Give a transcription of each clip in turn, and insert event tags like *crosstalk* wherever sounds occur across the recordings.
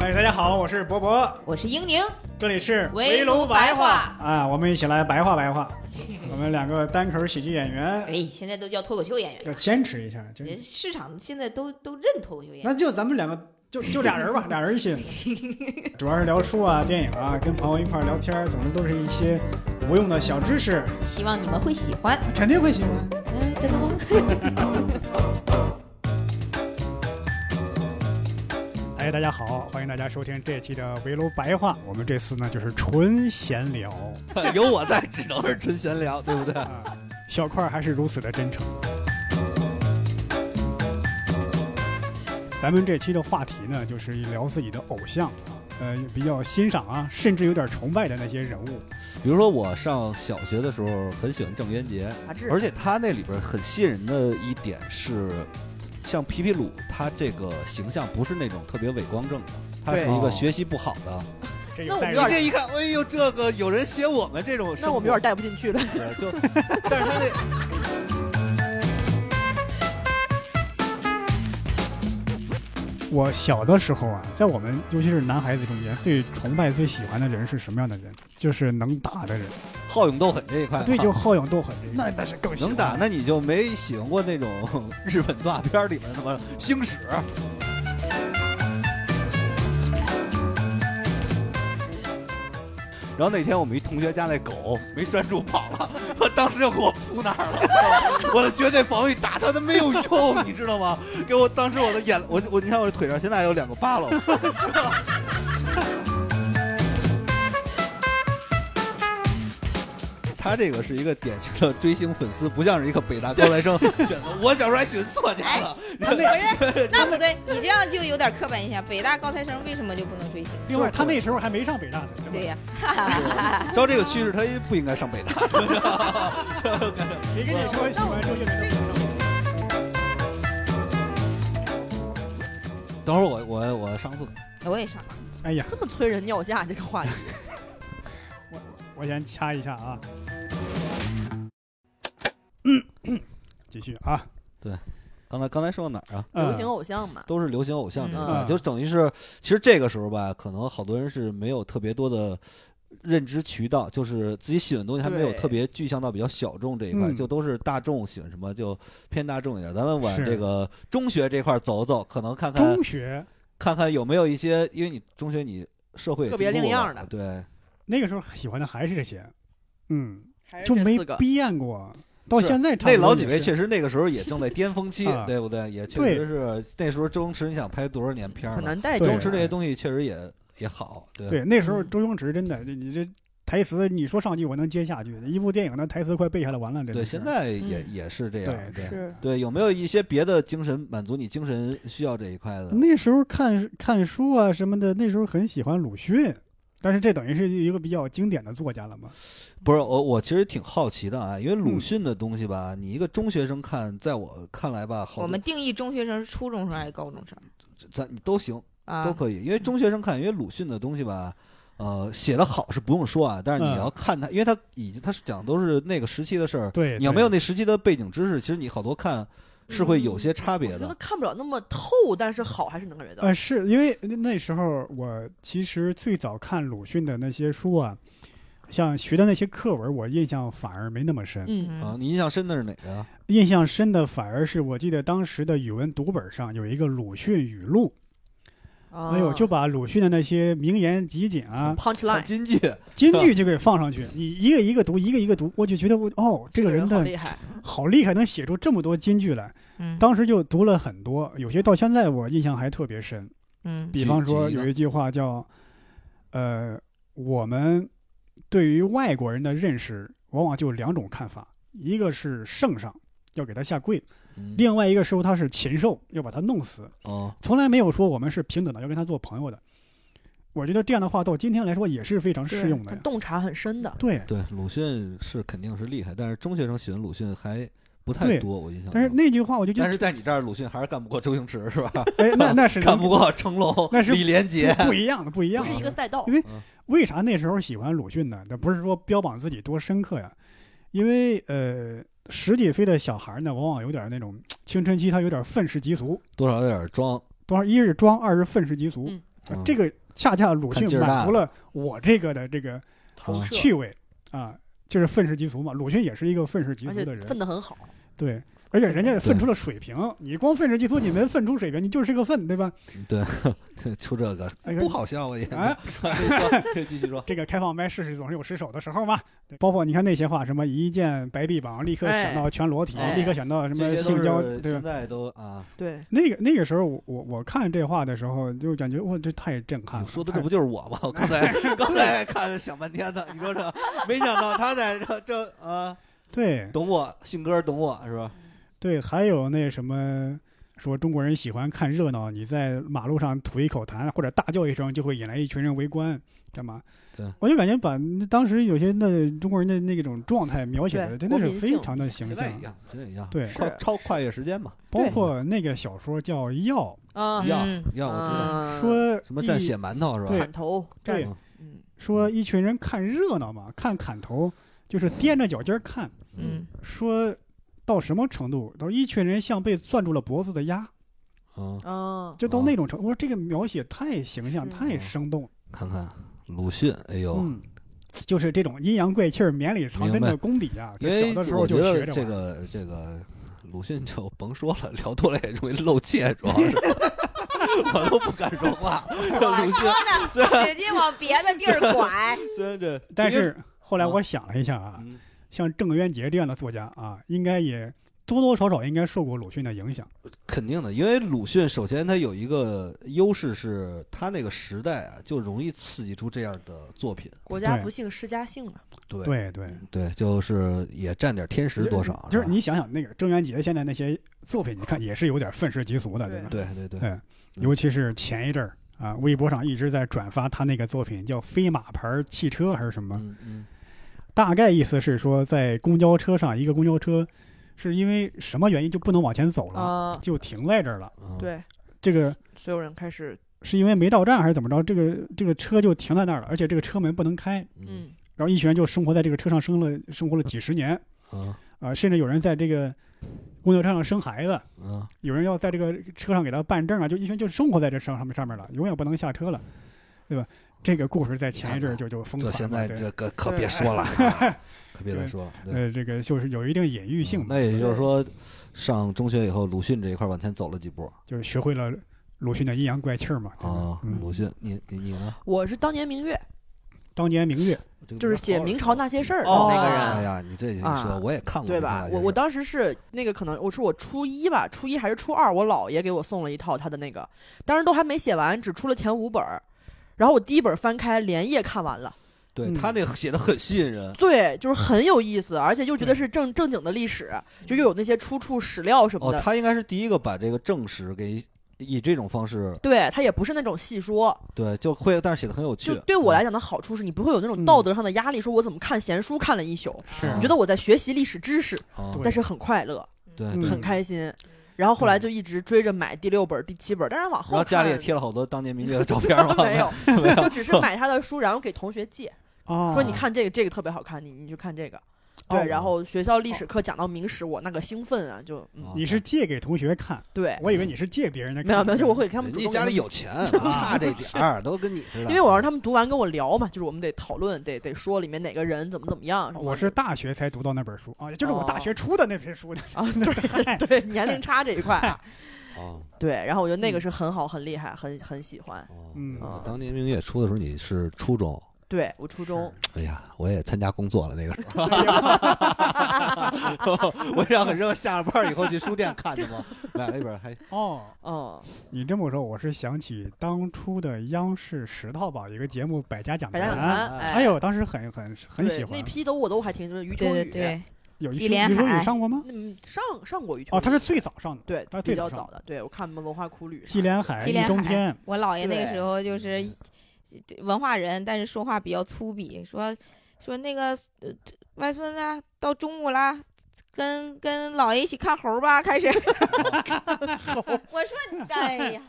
哎，大家好，我是博博，我是英宁，这里是围炉白话啊，我们一起来白话白 *laughs* 话。我们两个单口喜剧演员哎，现在都叫脱口秀演员要坚持一下，就了，市场现在都都认脱口秀演员。那就咱们两个就就俩 *laughs* 人吧，俩人一起，主要是聊书啊、电影啊，跟朋友一块儿聊天儿，总之都是一些无用的小知识，希望你们会喜欢。肯定会喜欢。嗯，真的吗？哎，大家好，欢迎大家收听这期的围炉白话。我们这次呢就是纯闲聊， *laughs* 有我在，只能是纯闲聊，对不对？啊，小块儿还是如此的真诚。咱们这期的话题呢，就是聊自己的偶像啊，呃，比较欣赏啊，甚至有点崇拜的那些人物。比如说我上小学的时候很喜欢郑渊洁，啊杂志，而且他那里边很吸引人的一点是，像皮皮鲁，他这个形象不是那种特别伪光正的，他是对一个学习不好的。这那有我代们入有人家一看，哎呦，这个有人写我们这种生活，那我们有点带不进去了。 *laughs* 对就，但是他那。我小的时候啊，在我们尤其是男孩子中间，最崇拜、最喜欢的人是什么样的人？就是能打的人，好勇斗狠这一 *laughs* 块，对，就哎好勇斗狠这个。那但是更喜欢能打，那你就没喜欢过那种 *laughs* 日本动画片里面什么星矢，然后那天我们一同学家那狗没拴住跑了， *laughs* 他当时就给我扑那儿了，我的绝对防御打他都没有用，你知道吗？给我当时我的眼，我我你看我这腿上现在有两个疤了， *laughs* 他这个是一个典型的追星粉丝，不像是一个北大高材生选择。我小时候还喜欢作家呢，不是， *laughs* 那不对，你这样就有点刻板印象。北大高材生为什么就不能追星？另外，他那时候还没上北大呢，对吧对呀、照这个趋势，他也不应该上北大。谁跟你说喜欢周杰伦的偶像？等会儿我我我上厕所。我也上。哎呀，这么催人尿下这个话题，我我先掐一下啊。嗯，嗯继续啊。刚才刚才说到哪儿啊？嗯流行偶像嘛。都是流行偶像这一块，嗯就等于是，其实这个时候吧，可能好多人是没有特别多的认知渠道，就是自己喜欢的东西还没有对特别具象到比较小众这一块，嗯就都是大众喜欢什么就偏大众一点。咱们往是这个中学这块走走，可能看看中学看看有没有一些，因为你中学你社会也特别进步另样了的对。那个时候喜欢的还是这些，嗯，还是就这没四个变过。到是现在差不那多老也几位是确实那个时候也正在巅峰期啊，对不对？也确对实是那时候周星驰，你想拍多少年片儿很了？难带对周进去。星驰这些东西确实也也好，对对那时候嗯周星驰真的，你你这台词你说上句我能接下句，一部电影的台词快背下来完了，真的对，是现在也嗯也是这样，对对是对，有没有一些别的精神满足你精神需要这一块的？那时候看看书啊什么的，那时候很喜欢鲁迅，但是这等于是一个比较经典的作家了嘛。不是我，我其实挺好奇的啊，因为鲁嗯迅的东西吧，你一个中学生看，在我看来吧，好我多们定义中学生是初中生还是高中生咱都行，啊？都可以，因为中学生看，因为鲁迅的东西吧，呃，写的好是不用说啊，但是你嗯要看他，因为他已经他是讲的都是那个时期的事儿，对，你要对没有那时期的背景知识，其实你好多看是会有些差嗯我别觉得的。看不了那么透，但是好还是能感觉到。呃，是因为那那时候我其实最早看鲁迅的那些书啊，像学的那些课文，我印象反而没那么深，嗯，啊，嗯，你印象深的是哪个呀？印象深的反而是我记得当时的语文读本上有一个鲁迅语录，哎哎呦，就把鲁迅的那些名言集锦啊、 punch 看 line，京剧，金句就给放上去，你一个一个读，一个一个读，我就觉得我哦， *laughs* 这个人好的厉害，好厉害，能写出这么多金句来。嗯当时就读了很多，有些到现在我印象还特别深。嗯比举方举说一个有一句话叫，呃，我们对于外国人的认识往往就有两种看法，一个是圣上要给他下跪，嗯另外一个说他是禽兽要把他弄死，哦，从来没有说我们是平等的要跟他做朋友的。我觉得这样的话到今天来说也是非常对适用的他呀。洞察很深的。对，对，鲁迅是肯定是厉害，但是中学生喜欢鲁迅还不对太多，我印象中。但是那句话我就觉但是得，在你这儿，鲁迅还是干不过周星驰， *laughs* 是吧？哎， *laughs* 那那是干能不过成龙 *laughs* 那、是李连杰。不一样的，不一样不的。是一个赛道因为，为啥那时候喜欢鲁迅呢？那不是说标榜自己多深刻呀，因为呃，十几岁的小孩呢，往往有点那种嘖青春期，他有点愤世嫉俗。多少有点装，多少一是装，二是愤世嫉俗。嗯嗯这个恰恰鲁迅看劲儿大满足了我这个的这个嗯趣味啊，就是愤世嫉俗嘛。鲁迅也是一个愤世嫉而俗且的分人，得很好，对，而且人家分出了水平，你光愤世嫉俗，你没分出水平，你就是个愤，对吧？对， *laughs* 出这个哎呀不好笑也。 *laughs* 啊，说继续说，这个开放麦试试总是有失手的时候嘛。对包括你看那些话，什么一见白臂膀，立刻想到全裸体，哎立刻想到什么这些性交都，是对吧现？在都啊，对，那个那个时候我，我我看这话的时候，就感觉哇，这太震撼了。说的太这不就是我吗？我刚才 *laughs* 刚才看想半天呢，你说这没想到他在这这啊，对懂我，信哥懂我是吧？对，还有那什么，说中国人喜欢看热闹，你在马路上吐一口痰或者大叫一声，就会引来一群人围观，干嘛？对，我就感觉把那当时有些那中国人的那种状态描写的对真的国是民非性常的形现在象啊一。样，现在一样，对快是超跨越时间嘛，包对括那个小说叫《药啊，要嗯要我知道嗯说什么蘸呃一血馒头是吧？对砍头，对战死，嗯，说一群人看热闹嘛，看砍头就是踮着脚尖儿看，嗯，说到什么程度？到一群人像被攥住了脖子的鸭，嗯，啊，就到哦那种程度。我说这个描写太形象，是太生动了。看看鲁迅，哎呦，嗯，就是这种阴阳怪气儿、绵里藏针明的白功底啊，因在为小的时我候就觉得学着这玩儿。个这个鲁迅就甭说了，聊多了也容易露怯，主要 *laughs* 是我都不敢说话。我鲁迅说呢，啊使劲往别的地儿拐，虽然这，但因为是后来啊我想了一下啊，嗯像郑渊洁这样的作家啊，应该也多多少少应该受过鲁迅的影响。肯定的，因为鲁迅首先他有一个优势是，他那个时代啊就容易刺激出这样的作品。国家对啊不幸施加幸嘛，对对对，对就是也占点天时多少，就是吧你想想那个郑渊洁现在那些作品，你看也是有点愤世嫉俗的，对对吧？对对对，对，尤其是前一阵儿啊，微博上一直在转发他那个作品，叫《飞马牌儿汽车》还是什么？嗯嗯，大概意思是说，在公交车上，一个公交车是因为什么原因就不能往前走了，啊，就停在这儿了。嗯，对，这个所有人开始，是因为没到站还是怎么着？这个这个车就停在那儿了，而且这个车门不能开。嗯嗯，然后一群人就生活在这个车上，生了生活了几十年啊啊、甚至有人在这个公交车上生孩子，啊，有人要在这个车上给他办证啊，就一群就生活在这上上面上面了，永远不能下车了，对吧？这个故事在前一阵儿就就疯这传了，现在对这 *laughs* 个可对别说了，啊可别再说了。对，呃，这个就是有一定隐喻性嗯嘛，那也就是说，上中学以后，鲁迅这一块往前走了几步就是学会了鲁迅的阴阳怪气儿嘛。对吧啊。嗯鲁迅，你你你呢？我是当年明月，当年明月，这个就是写好明朝那些事儿的哦那个哎人。呀，你这一说啊我也看过对这吧个？我我当时是那个，可能我是我初一吧，初一还是初二，我姥爷给我送了一套他的那个，当时都还没写完，只出了前五本儿，然后我第一本翻开，连夜看完了。对嗯他那个写的很吸引人，对，就是很有意思，而且又觉嗯对得是正正经的历史，就又有那些出处史料什么哦，的。他应该是第一个把这个正史给以这种方式，对，它也不是那种细说，对，就会，但是写的嗯很有趣。啊就对我来讲的好处是你不会有那种道德上的压力，说我怎么看闲书看了一宿，是啊你觉得我在学习历史知识，啊，对但是很快乐，对，嗯对很开心。然后后来就一直追着买第六本、第七本，当然往后嗯然后看家里也贴了好多当年明 *laughs* 月的照片嘛，没有， *laughs* 没有，就只是买他的书，然后给同学借，啊，说你看这个这个特别好看，你你去看这个。哦对，然后学校历史课讲到明史，我那个兴奋啊，就嗯啊你是借给同学看，对，我以为你是借别人的看，哎没有没有，就我会给他人们主家动家给里有钱，不 *laughs* 差这点儿，都跟你似的。因为我让他们读完跟我聊嘛，就是我们得讨论，得得说里面哪个人怎么怎么样。什么我是大学才读到那本书啊，也就是我大哦学出的那篇书的。啊，对对，年龄差这一 *laughs* 块啊，啊，对。然后我觉得那个是很好，很厉害，很很喜欢。哦嗯啊当年明月出的时候你是初中，对我初中，哎呀，我也参加工作了那个 *laughs* 时候，哎呀我想很热，下了班以后去书店看去嘛，买了一本还哦，嗯，你这么说，我是想起当初的央视十套吧，有一个节目《百家讲百家坛讲》坛，哎呦，当时很很很喜对，欢那。批都我都还挺喜欢余秋对对雨，啊对，有一纪期连你说你海上过吗？嗯，上上过余秋雨，哦，他是最早上的，对他是最比早较上早的，对我看什么文化苦旅啥的，纪连海、纪易连中海哎天，我姥爷那个对时候就是文化人，但是说话比较粗鄙，说说那个呃外孙子、到中午啦，跟跟姥爷一起看猴儿吧，开始。我说哎呀，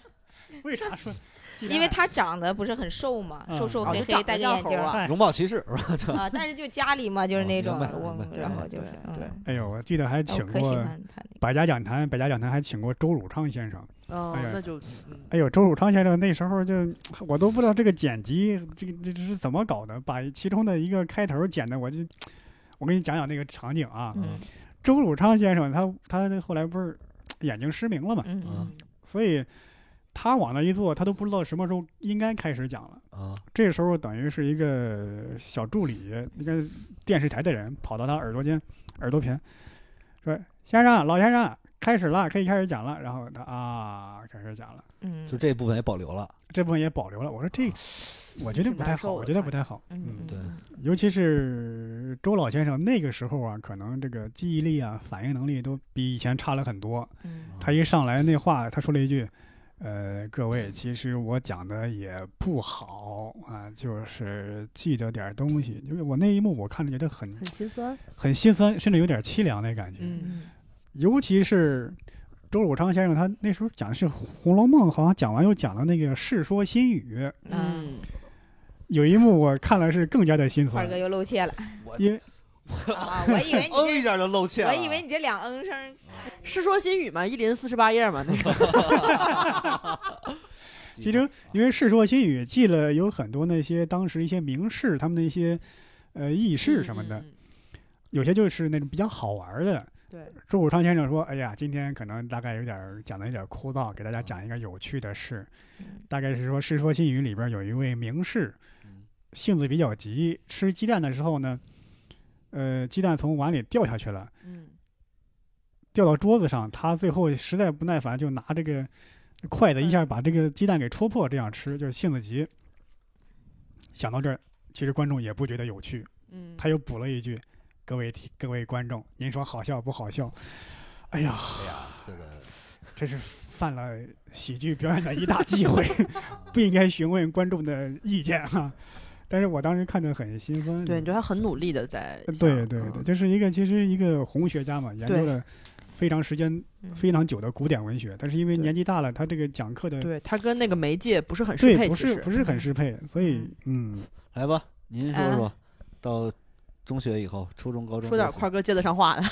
为啥 *laughs* 说鸡蛋？因为他长得不是很瘦嘛，嗯瘦瘦啊黑就长黑，得戴个像眼猴镜儿啊哎容貌骑士是吧？啊，但是就家里嘛，就是哦那种明白了我明白，了然后对就是嗯对哎呦，我记得还哎请我可喜过欢他那个，百家讲坛，百家讲坛还请过周汝昌先生。哦哎呀，那就嗯哎呦，周汝昌先生那时候就我都不知道这个剪辑这个这这是怎么搞的，把其中的一个开头剪的，我就我给你讲讲那个场景啊。嗯周汝昌先生他他后来不是眼睛失明了嘛，嗯啊嗯，所以他往那一坐，他都不知道什么时候应该开始讲了。啊，这时候等于是一个小助理，一个电视台的人跑到他耳朵间、耳朵边，说：“先生，老先生，开始了，可以开始讲了。”然后他啊，开始讲了，嗯，就这部分也保留了。啊这部分也保留了。我说这，我觉得不太啊挺难受好，的我觉得不太好。嗯，嗯对尤其是周老先生那个时候啊，可能这个记忆力啊、反应能力都比以前差了很多。嗯他一上来那话，他说了一句：“呃，各位，其实我讲的也不好啊，就是记着点儿东西。”因为我那一幕我看着觉得很很心酸。很心酸，甚至有点凄凉的感觉。嗯嗯尤其是周汝昌先生，他那时候讲的是《红楼梦》，好像讲完又讲了那个《世说新语》，啊，嗯，有一幕我看了是更加的心二酸哥，又露怯了我因为啊！我以为你嗯一这，下就露怯了。我以为你这两嗯声， 《世说新语》嘛，一林四十八页嘛，那 *laughs* 个其实因为《世说新语》记了有很多那些当时一些名士他们的一些呃轶事什么的。嗯。嗯嗯有些就是那种比较好玩儿的。对，周汝昌先生说：“哎呀，今天可能大概有点儿讲的有点儿枯燥，给大家讲一个有趣的事。嗯大概是说《世说新语》里边有一位名士，嗯性子比较急，吃鸡蛋的时候呢，呃，鸡蛋从碗里掉下去了，嗯，掉到桌子上。他最后实在不耐烦，就拿这个筷子一下把这个鸡蛋给戳破，这样吃，就是性子急。想到这儿，其实观众也不觉得有趣，嗯，他又补了一句：“各位听各位观众，您说好笑不好笑？”哎呀，哎呀，这个这是犯了喜剧表演的一大忌 *laughs* 讳，不应该询问观众的意见哈、但是我当时看着很心酸。对，你觉对得他很努力的在想，呃对对对，嗯就是一个其实一个红学家嘛，研究对了非常时间嗯非常久的古典文学，但是因为对年纪大了，他这个讲课的对他跟那个媒介不是很适对配，不其是实不是很适配，所以嗯，来吧，您说说，到中学以后，初中、高中说点都行块，哥接得上 *laughs* 话的，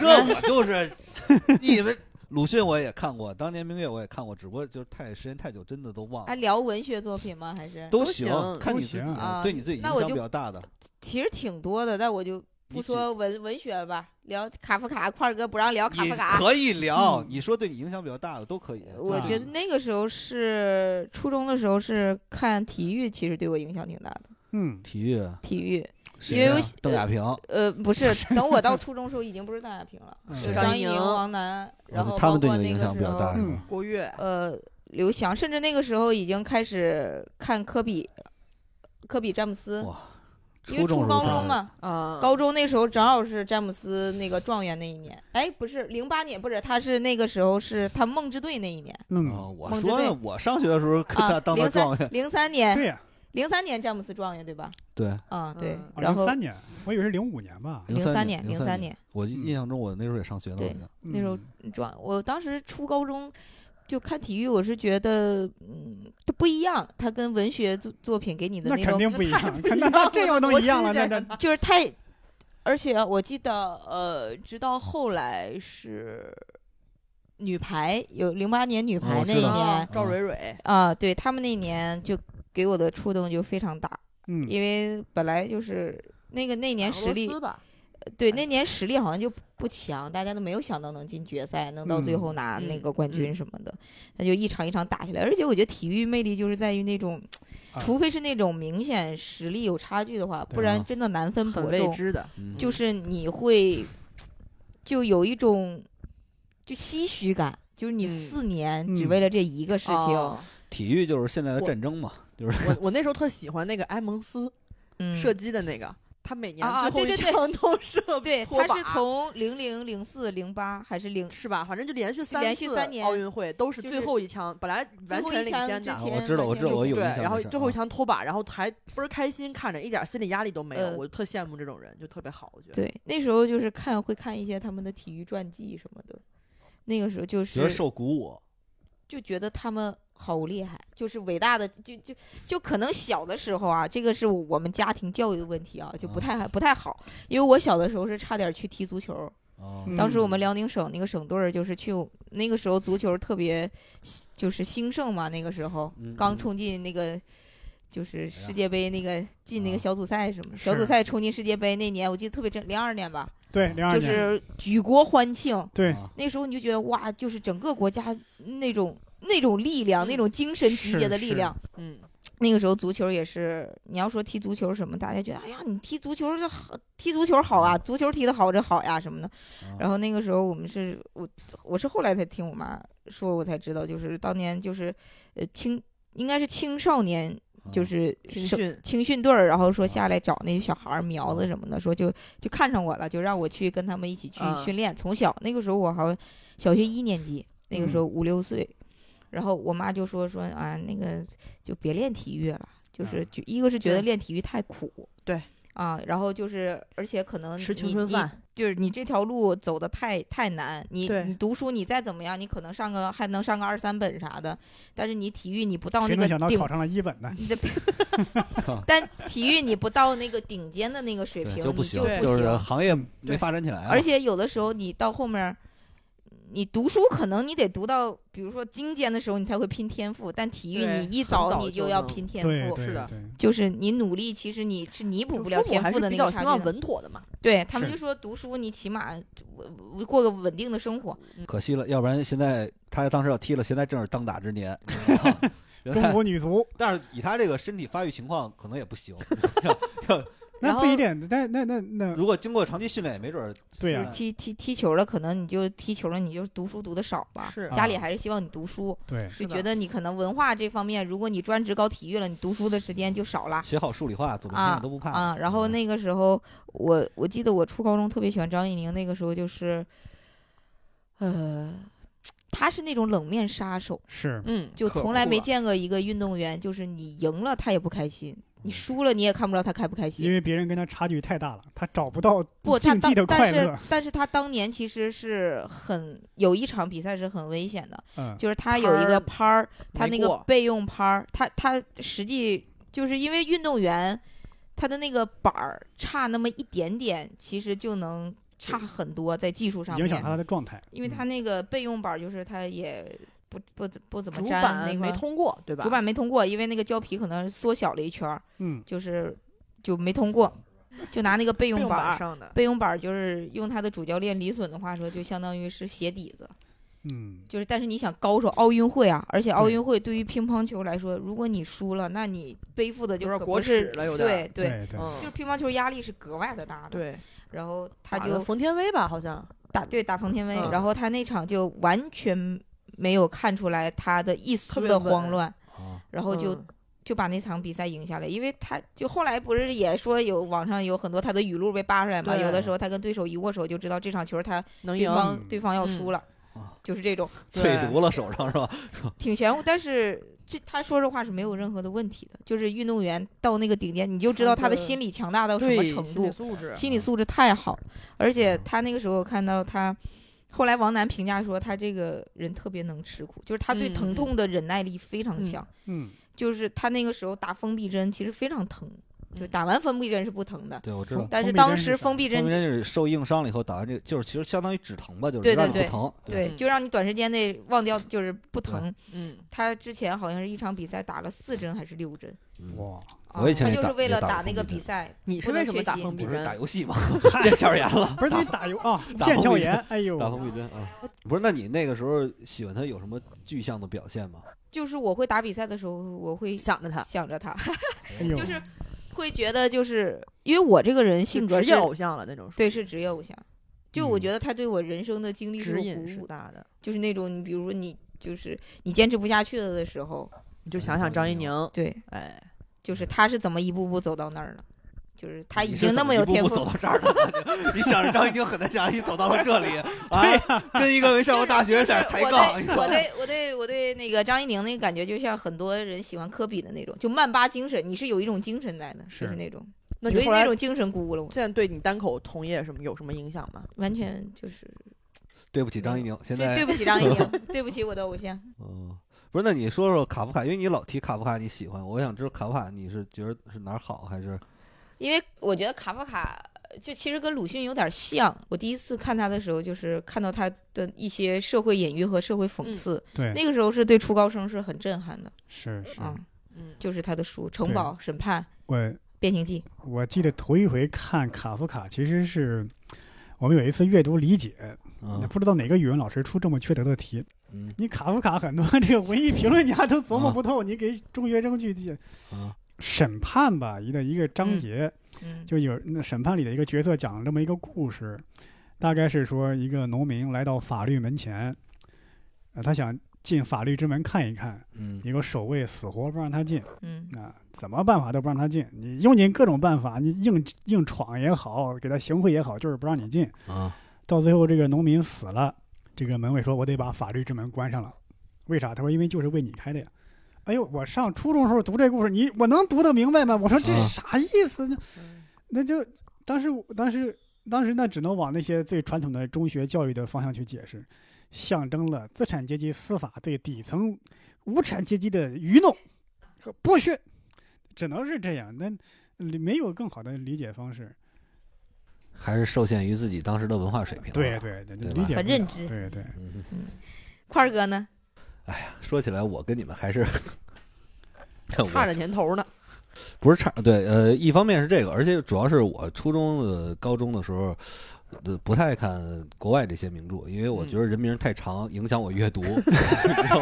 这我就是， *laughs* 你以为鲁迅我也看过，当年明月我也看过，只不过就是太时间太久，真的都忘还了。聊文学作品吗？还是啊都行看你自己都行啊对你自己影那我响比就较大的。其实挺多的，但我就你不说文文学吧，聊卡夫卡，块儿哥不让聊卡你夫卡。可以聊嗯，你说对你影响比较大的都可以。我觉得那个时候是初中的时候是看体育，其实对我影响挺大的。嗯，体育，体育，谁呀因为我邓亚萍，呃，不 *laughs* 是，等我到初中时候已经不是邓亚萍了，嗯是张张怡怡宁宁、王楠，然后他包们对括你的那影个响比时较候，大。是嗯吧国乐呃，刘翔，甚至那个时候已经开始看科比，科比詹姆斯哇，因为初中初时高候中才嘛，啊，嗯高中那时候正好是詹姆斯那个状元那一年，哎，不是零八年，不是，他是那个时候是他梦之队那 *laughs* 一年啊，嗯，我梦之说呢，队我上学的时候跟他啊当，他零状三元，零三年对啊呀，零三年詹姆斯状元对吧？对，啊，对嗯，然零后三年，我以为是零五年吧，零三年零零三年，年我印象中我那时候也上学呢，好嗯对像那时候嗯状，我当时初高中就看体育，我是觉得嗯，它不一样，它跟文学作作品给你的那肯种定不一样太，看 *laughs* 那那这要能一样了，那那就是太，而且我记得，呃，直到后来是女排有零八年女排哦我那知一道年赵蕊蕊，啊，对他们那一年就给我的触动就非常大，嗯，因为本来就是那个那年俄实罗力斯，吧，对那年实力好像就不强，大家都没有想到能进决赛，能到最后拿那个冠嗯嗯军什么的，那就一场一场打下来，而且我觉得体育魅力就是在于那种啊。除非是那种明显实力有差距的话，不对然啊真的难分很伯未仲。知的，嗯就是你会就有一种就唏嘘感，就是你嗯四年只嗯为了这一个事情，哦 *laughs* 体育就是现在的我战争嘛，就是我我那时候特喜欢那个埃蒙斯嗯，射击的那个，他每年啊啊最后一对对对 *laughs* 枪都射对，拖他是把从零零零四零八还是零是吧？反正就连续三连续次三年奥运会都是就最是后一枪，本来完后全一领枪先之的前。我知道，我知道，我有对，印象这事儿。然后最后一啊枪拖把，然后还倍儿开心，看着一点心理压力都没有，呃我就特羡慕这种人，就特别好，我觉得。对那时候就是看会看一些他们的体育传记什么的，那个时候就觉得是受鼓舞，就觉得他们好厉害，就是伟大的，就就就可能小的时候啊，这个是我们家庭教育的问题啊，就不太哦不太好，因为我小的时候是差点去踢足球，哦嗯当时我们辽宁省那个省队儿就是去那个时候足球特别就是兴盛嘛，那个时候嗯刚嗯冲进那个就是呀世界杯那个进那啊个小组赛什么小是组赛冲进世界杯那年，我记得特别真，零二年吧，对，零二就年，是举国欢庆，对啊那时候你就觉得哇，就是整个国家那种那种力量，嗯那种精神集是结的是力量。嗯，那个时候足球也是，你要说踢足球什么，大家觉得哎呀，你踢足球就好，踢足球好啊，足球踢得好这好呀什么的。然后那个时候我们是我我是后来才听我妈说，我才知道，就是当年就是呃青应该是青少年就啊是青省训青训队儿，然后说下嗯来找那些小孩儿苗子什么的，说就就看上我了，就让我去跟他们一起去嗯训练。从小那个时候我好像小学一年级，那个时候嗯五六岁，然后我妈就说说啊，那个就别练体育了，就是就一个是觉得嗯对练体育太苦，对啊，然后就是而且可能吃青你春你饭，就是你这条路走的太太难，你对你读书你再怎么样，你可能上个还能上个二三本啥的，但是你体育你不到哦那谁个能想到顶考上了一本呢？你的， *laughs* 但体育你不到那个顶尖的那个水对平，就不你就行不行。对就是行业没对发展起来啊，而且有的时候你到后面儿，你读书可能你得读到，比如说精尖的时候，你才会拼天赋。但体育对你一很早早你就要能拼天对赋，对是的对，就是你努力，其实你是弥补不了父母天还赋是的那比个较差希距望的。稳妥的嘛。对他们是就说读书你起码呃过个稳定的生活，可惜了，要不然现在他当时要踢了，现在正是当打 *laughs* 之年。啊原中来国女足但是以他这个身体发育情况，可能也不行。 *laughs* 那然不后一定，那那那那 *laughs* 如果经过长期训练，也没准儿对啊现呀在踢踢踢球了，可能你就踢球了，你就读书读的少吧。是家啊里还是希望你读书，对，就是觉的得你可能文化这方面，如果你专职搞体育了，你读书的时间就少了。学好数理化，走半天都不怕嗯啊，然后那个时候，我我记得我初高中特别喜欢张怡宁，那个时候就是，呃，他是那种冷面杀手，是嗯，就可从来酷没了。见过一个运动员，就是你赢了他也不开心，你输了你也看不着他开不开因心。为别人跟他差距太大了，他找不到不，他竞技的当快但是乐。但是他当年其实是很有一场比赛是很危险的，嗯，就是他有一个拍儿，他没那个过备用拍儿，他他实际就是因为运动员他的那个板儿差那么一点点，其实就能差很多在技术上影响面，他的状态，嗯因为嗯他那个备用板儿就是他也不不怎不怎么主粘板那没个通过，对吧？主板没通过，因为那个胶皮可能缩小了一圈儿，嗯，就是就没通过，就拿那个备备用用板板儿。上的，备用板儿就是用他的主教练李隼的话说，就相当于是鞋底子。嗯就是，但是你想高手奥运会啊，而且奥对运会对于乒乓球来说，如果你输了，那你背负的就有点可国不是耻了有点对儿对，对嗯，就是乒乓球压力是格外的大的。，对，然后他打的就冯天薇吧，好像打对打冯天薇，嗯然后他那场就完全没有看出来他的一丝别的稳慌乱，啊然后就嗯就把那场比赛赢下来，因为他就后来不是也说有网上有很多他的语录被扒出来嘛，对有的时候他跟对手一握手就知道这场球他能对赢，方对方要嗯输了，就是这种。最对毒了手上是吧？ *laughs* 挺玄乎，但是这他说实话是没有任何的问题的，就是运动员到那个顶尖，你就知道他的心理强大到什么对程心理度，素质，心理素质太好了。而且他那个时候看到他，后来王楠评价说他这个人特别能吃苦，就是他对嗯疼痛的忍耐力非常嗯强，嗯，就是他那个时候打封闭针其实非常疼，就嗯打完封闭针是不疼的，对，我知道。但封是闭当针是时啥封闭后针面就是受硬伤了以后，打完这个就是其实相当于止疼吧，就是对对让你不对疼。对，嗯就让你短时间内忘掉就是不疼。嗯，他之前好像是一场比赛打了四针还是六针。嗯哇，啊我以前他也就打是为也了打过打封那个闭比针赛，你不是能为什么学打习封闭不是针？打游戏 *laughs* 吗？腱鞘炎了，不是你打油啊，打腱红鞘绿炎，哎呦，打封闭针啊。不是，那你那个时候喜欢他有什么具象的表现吗？就是我会打比赛的时候，我会想着他，想着他，哎呦，就是会觉得就是因为我这个人性格职是业偶像了那种，对是职业偶像，就我嗯觉得他对我人生的经历是指有引鼓是舞的，大的。就是那种你比如说你就是你坚持不下去了的时候，你就想想嗯张怡宁，对，哎，就是他是怎么一步步走到那儿的，就是他你已是经那怎有一步天步赋走了，到这儿的， *laughs* 你想着张已经很难想，你走到了这里 *laughs* 啊，跟一个没上过大学 *laughs* 在那儿抬杠，你我说对我对我对那个张怡宁那个感觉，就像很多人喜欢科比的那种，就曼巴精神，你是有一种精神在的，是就是那种，那你你对后那来种精神鼓舞了我，现在对你单口从业什么有什么影响吗？完全就是对不起张一宁，现对在 *laughs* 对不起张怡宁，对不起我的偶像，嗯，不是，那你说说卡夫卡，因为你老提卡夫卡，你喜欢，我想知道卡夫卡你是觉得是哪儿好，还是因为我觉得卡夫卡就其实跟鲁迅有点像。我第一次看他的时候，就是看到他的一些社会隐喻和社会讽刺，对，那个时候是对初高生是很震撼的是是，啊、嗯，就是他的书《城堡》《审判》《我变形记》，我记得头一回看卡夫卡，其实是我们有一次阅读理解，嗯不知道哪个语文老师出这么缺德的题。嗯你卡夫卡很多这个文艺评论家都琢磨不透，你给中学生去记啊审判吧，一个一个章节，嗯，就有那审判里的一个角色讲了这么一个故事，大概是说一个农民来到法律门前，呃，他想进法律之门看一看，嗯一个守卫死活不让他进。嗯啊，怎么办法都不让他进。你用尽各种办法，你硬硬闯也好，给他行贿也好，就是不让你进。啊到最后，这个农民死了，这个门卫说：“我得把法律之门关上了。”为啥？他说：“因为就是为你开的呀。”哎呦，我上初中时候读这故事，你我能读得明白吗？我说这啊啥意思呢？那就当时我当时当时那只能往那些最传统的中学教育的方向去解释，象征了资产阶级司法对底层无产阶级的愚弄和剥削，只能是这样。那里没有更好的理解方式。还是受限于自己当时的文化水平。对，对对，对吧理解和不了认知对对，嗯，块儿哥呢？说起来，我跟你们 *laughs* 还是差我着年头呢。不是差对，呃，一方面是这个，而且主要是我初中、呃、高中的时候。呃，不太看国外这些名著，因为我嗯觉得人名太长，影响我阅读， *laughs* 你知道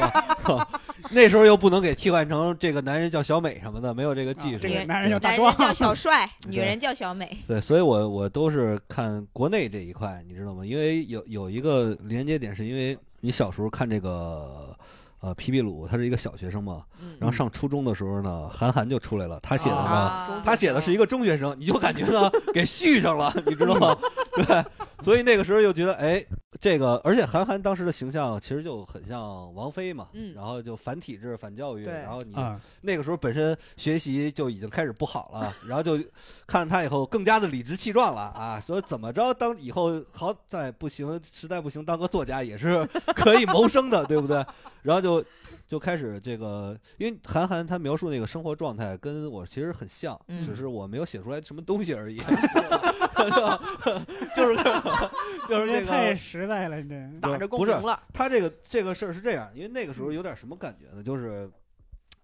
吧？ *laughs* 那时候又不能给替换成这个男人叫小美什么的，没有这个技啊术。这对个男人 *laughs* 叫大男人壮，叫小帅，对女人叫小美。对，所以我我都是看国内这一块，你知道吗？因为有有一个连接点，是因为你小时候看这个呃皮皮鲁，他是一个小学生嘛，嗯然后上初中的时候呢，韩寒就出来了，他写的呢。啊中他写的是一个中学生，你就感觉呢给续上了，你知道吗？ *laughs* 对，所以那个时候又觉得，哎，这个，而且韩寒当时的形象其实就很像王菲嘛，嗯然后就反体制、反教育，对然后你 *laughs* 啊，那个时候本身学习就已经开始不好了，然后就看着他以后更加的理直气壮了啊，说怎么着当以后好歹不行，实在不行当个作家也是可以谋生的，对不对？然后就就开始这个，因为韩寒他描述那个生活状态跟我其实很像，嗯只是我没有写出来什么东西而已， *laughs* 就是 *laughs* 就这是这也太个。实在了，你这。打着公不是屏了，他这个这个事儿是这样，因为那个时候有点什么感觉呢？就是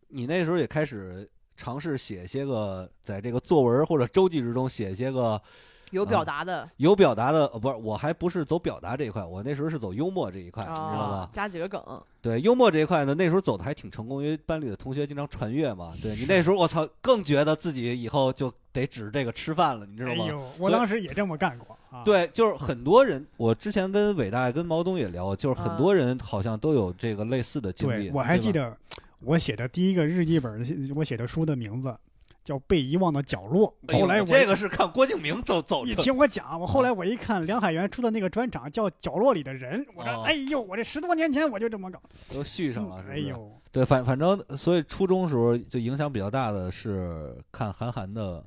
你那时候也开始尝试写一些个，在这个作文或者周记之中写一些个嗯有表达的，有表达的，呃，不是，我还不是走表达这一块，我那时候是走幽默这一块，你知道呃啊吧？加几个梗，对，幽默这一块呢，那时候走的还挺成功，因为班里的同学经常传阅嘛。对你那时候，我操，更觉得自己以后就得指着这个吃饭了，你知道哎吗？呦，所我以当时也这么干过啊。，对，就是很多人，我之前跟伟大跟毛东也聊，就是很嗯多人好像都有这个类似的经历。对，我还对吧记得我写的第一个日记本儿，我写的书的名字叫《被遗忘的角落》。哎呦后来我这个啊是看郭敬明走走一成听我讲，我后来我一看梁海源出的那个专场叫《角落里的人》，我哦说哎呦，我这十多年前我就这么搞，都续上了，是不哎是？呦，对，反反正所以初中时候就影响比较大的是看韩寒的，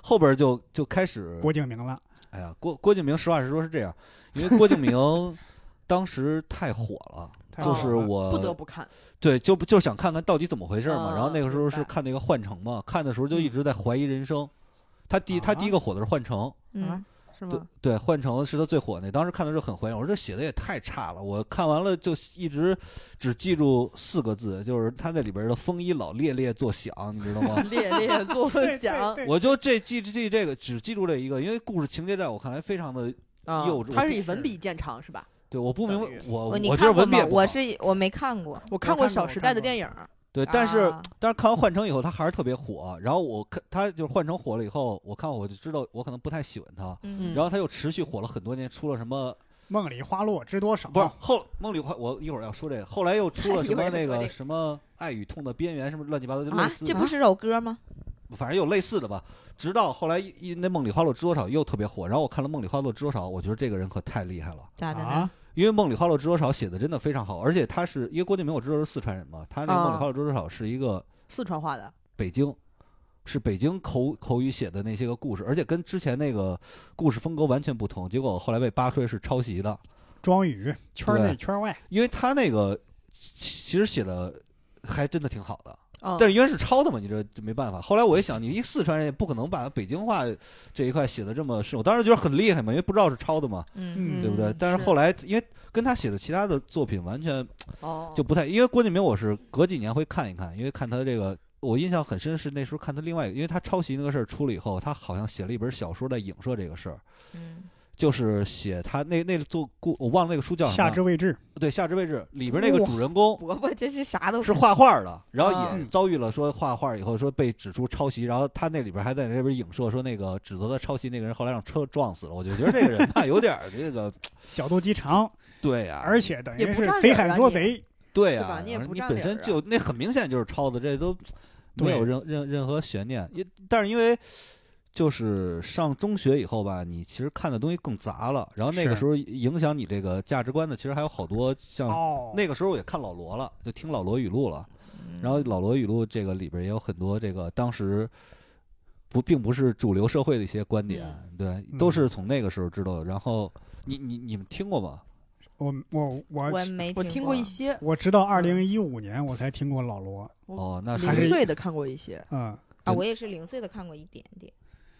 后边就就开始，郭敬明了，哎呀，郭郭敬明实话实说是这样，因为郭敬明 *laughs* 当时太火了。太就好是了我不得不看。对，就不就是想看看到底怎么回事嘛。嗯哦然后那个时候是明白看那个《幻城》嘛，看的时候就一嗯直在怀疑人生。他第他啊第一个火的是《幻城》，嗯，是对吗？？对，换成是他最火那，当时看的时候很怀念，我说这写的也太差了。我看完了就一直只记住四个字，就是他那里边的风衣老猎猎作响，你知道吗 *laughs* 猎 *laughs* 猎作对响，对对我就这记记这个，只记住这一个，因为故事情节在我看来非常的啊幼稚他是不以是文笔见长是吧？对，我不明白等于，我我哦我哦你觉看得过文笔吗也？不我好是我没看过，我我看过看过《小时代》的电影儿，对，但是啊但是看完《换城》以后，他还是特别火。然后我看他就是《换城》火了以后，我看我就知道我可能不太喜欢他。嗯，然后他又持续火了很多年，出了什么梦里花落知多少？不是后梦里花，我一会儿要说这个。后来又 *laughs* 出了什一会么儿那再说这个个什么《爱与痛的边缘》，什么乱七八糟，就类啊，似这的，啊不是首歌吗？反正有类似的吧。直到后来一一那《梦里花落知多少》又特别火，然后我看了《梦里花落知多少》，我觉得这个人可太厉害了，咋的呢啊？，因为《梦里花落知多少》写的真的非常好，而且他是因为郭敬明我知道是四川人嘛，他那个《啊梦里花落知多少》是一个四川话的，北京。是北京口口语写的那些个故事，而且跟之前那个故事风格完全不同。结果后来被扒出来是抄袭的，庄宇圈对内圈外，因为他那个其其实写的还真的挺好的。嗯但是因为是抄的嘛，你这这没办法。后来我一想，你一四川人也不可能把北京话这一块写的这么顺，我当时觉得很厉害嘛，因为不知道是抄的嘛，嗯嗯对不对嗯？但是是后来因为跟他写的其他的作品完全哦，就不太，因为郭敬明我是隔几年会看一看，因为看他这个我印象很深是那时候看他另外一个，因为他抄袭那个事儿出了以后，他好像写了一本小说在影射这个事儿，嗯就是写他那那做故我忘了那个书叫什下么肢了，位置，对夏至未至里边那个主人公伯伯真是啥都是画画的，然后啊也遭遇了说画画以后说被指出抄袭，然后他那里边还在那边影射说那个指责他抄袭那个人后来让车撞死了，我就觉得这个人吧有点儿这个小肚鸡肠，对呀、而且等也于不是占贼理儿喊啊捉你贼，对对吧呀、你也不你占本理身儿啊就那很明显就是抄的，这都没对有任任任何悬念，也但是因为。就是上中学以后吧，你其实看的东西更杂了，然后那个是时候影响你这个价值观的，其实还有好多像哦，嗯那个时候我也看老罗了，就听老罗语录了。嗯然后老罗语录这个里边也有很多这个当时不并不是主流社会的一些观点，对，都嗯是从那个时候知道的。然后你你你们听过吗？我我我我没我嗯听听过一些，我直到二零一五年我才听过老罗，我哦，那还零是碎的看过一啊些，嗯，啊，我也是零碎的看过一点点，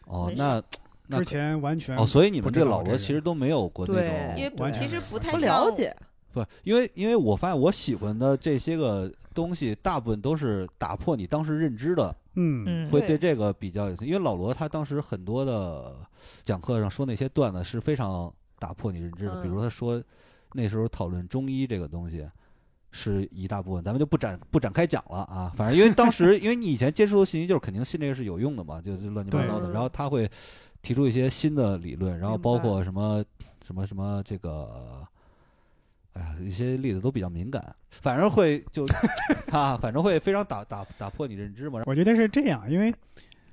哦没，事那那之可前完全哦，所以你们不知对道老这罗个其实都没有过那对种因为完其全实不太不像了解，不，因为因为我发现我喜欢的这些个东西，大部分都是打破你当时认知的，嗯嗯，会对对这个比较有兴趣。因为老罗他当时很多的讲课上说那些段子是非常打破你认知的，比嗯如他说那时候讨论中医这个东西。是一大部分，咱们就不展不展开讲了啊。反正因为当时，因为你以前接触的信息就是肯定信这个是有用的嘛，就就乱七八对糟的。嗯然后他会提出一些新的理论，然后明包白括什么什么什么这个，哎呀，一些例子都比较敏感，反正会就 *laughs* 啊，反正会非常打打打破你认知嘛。我觉得是这样，因为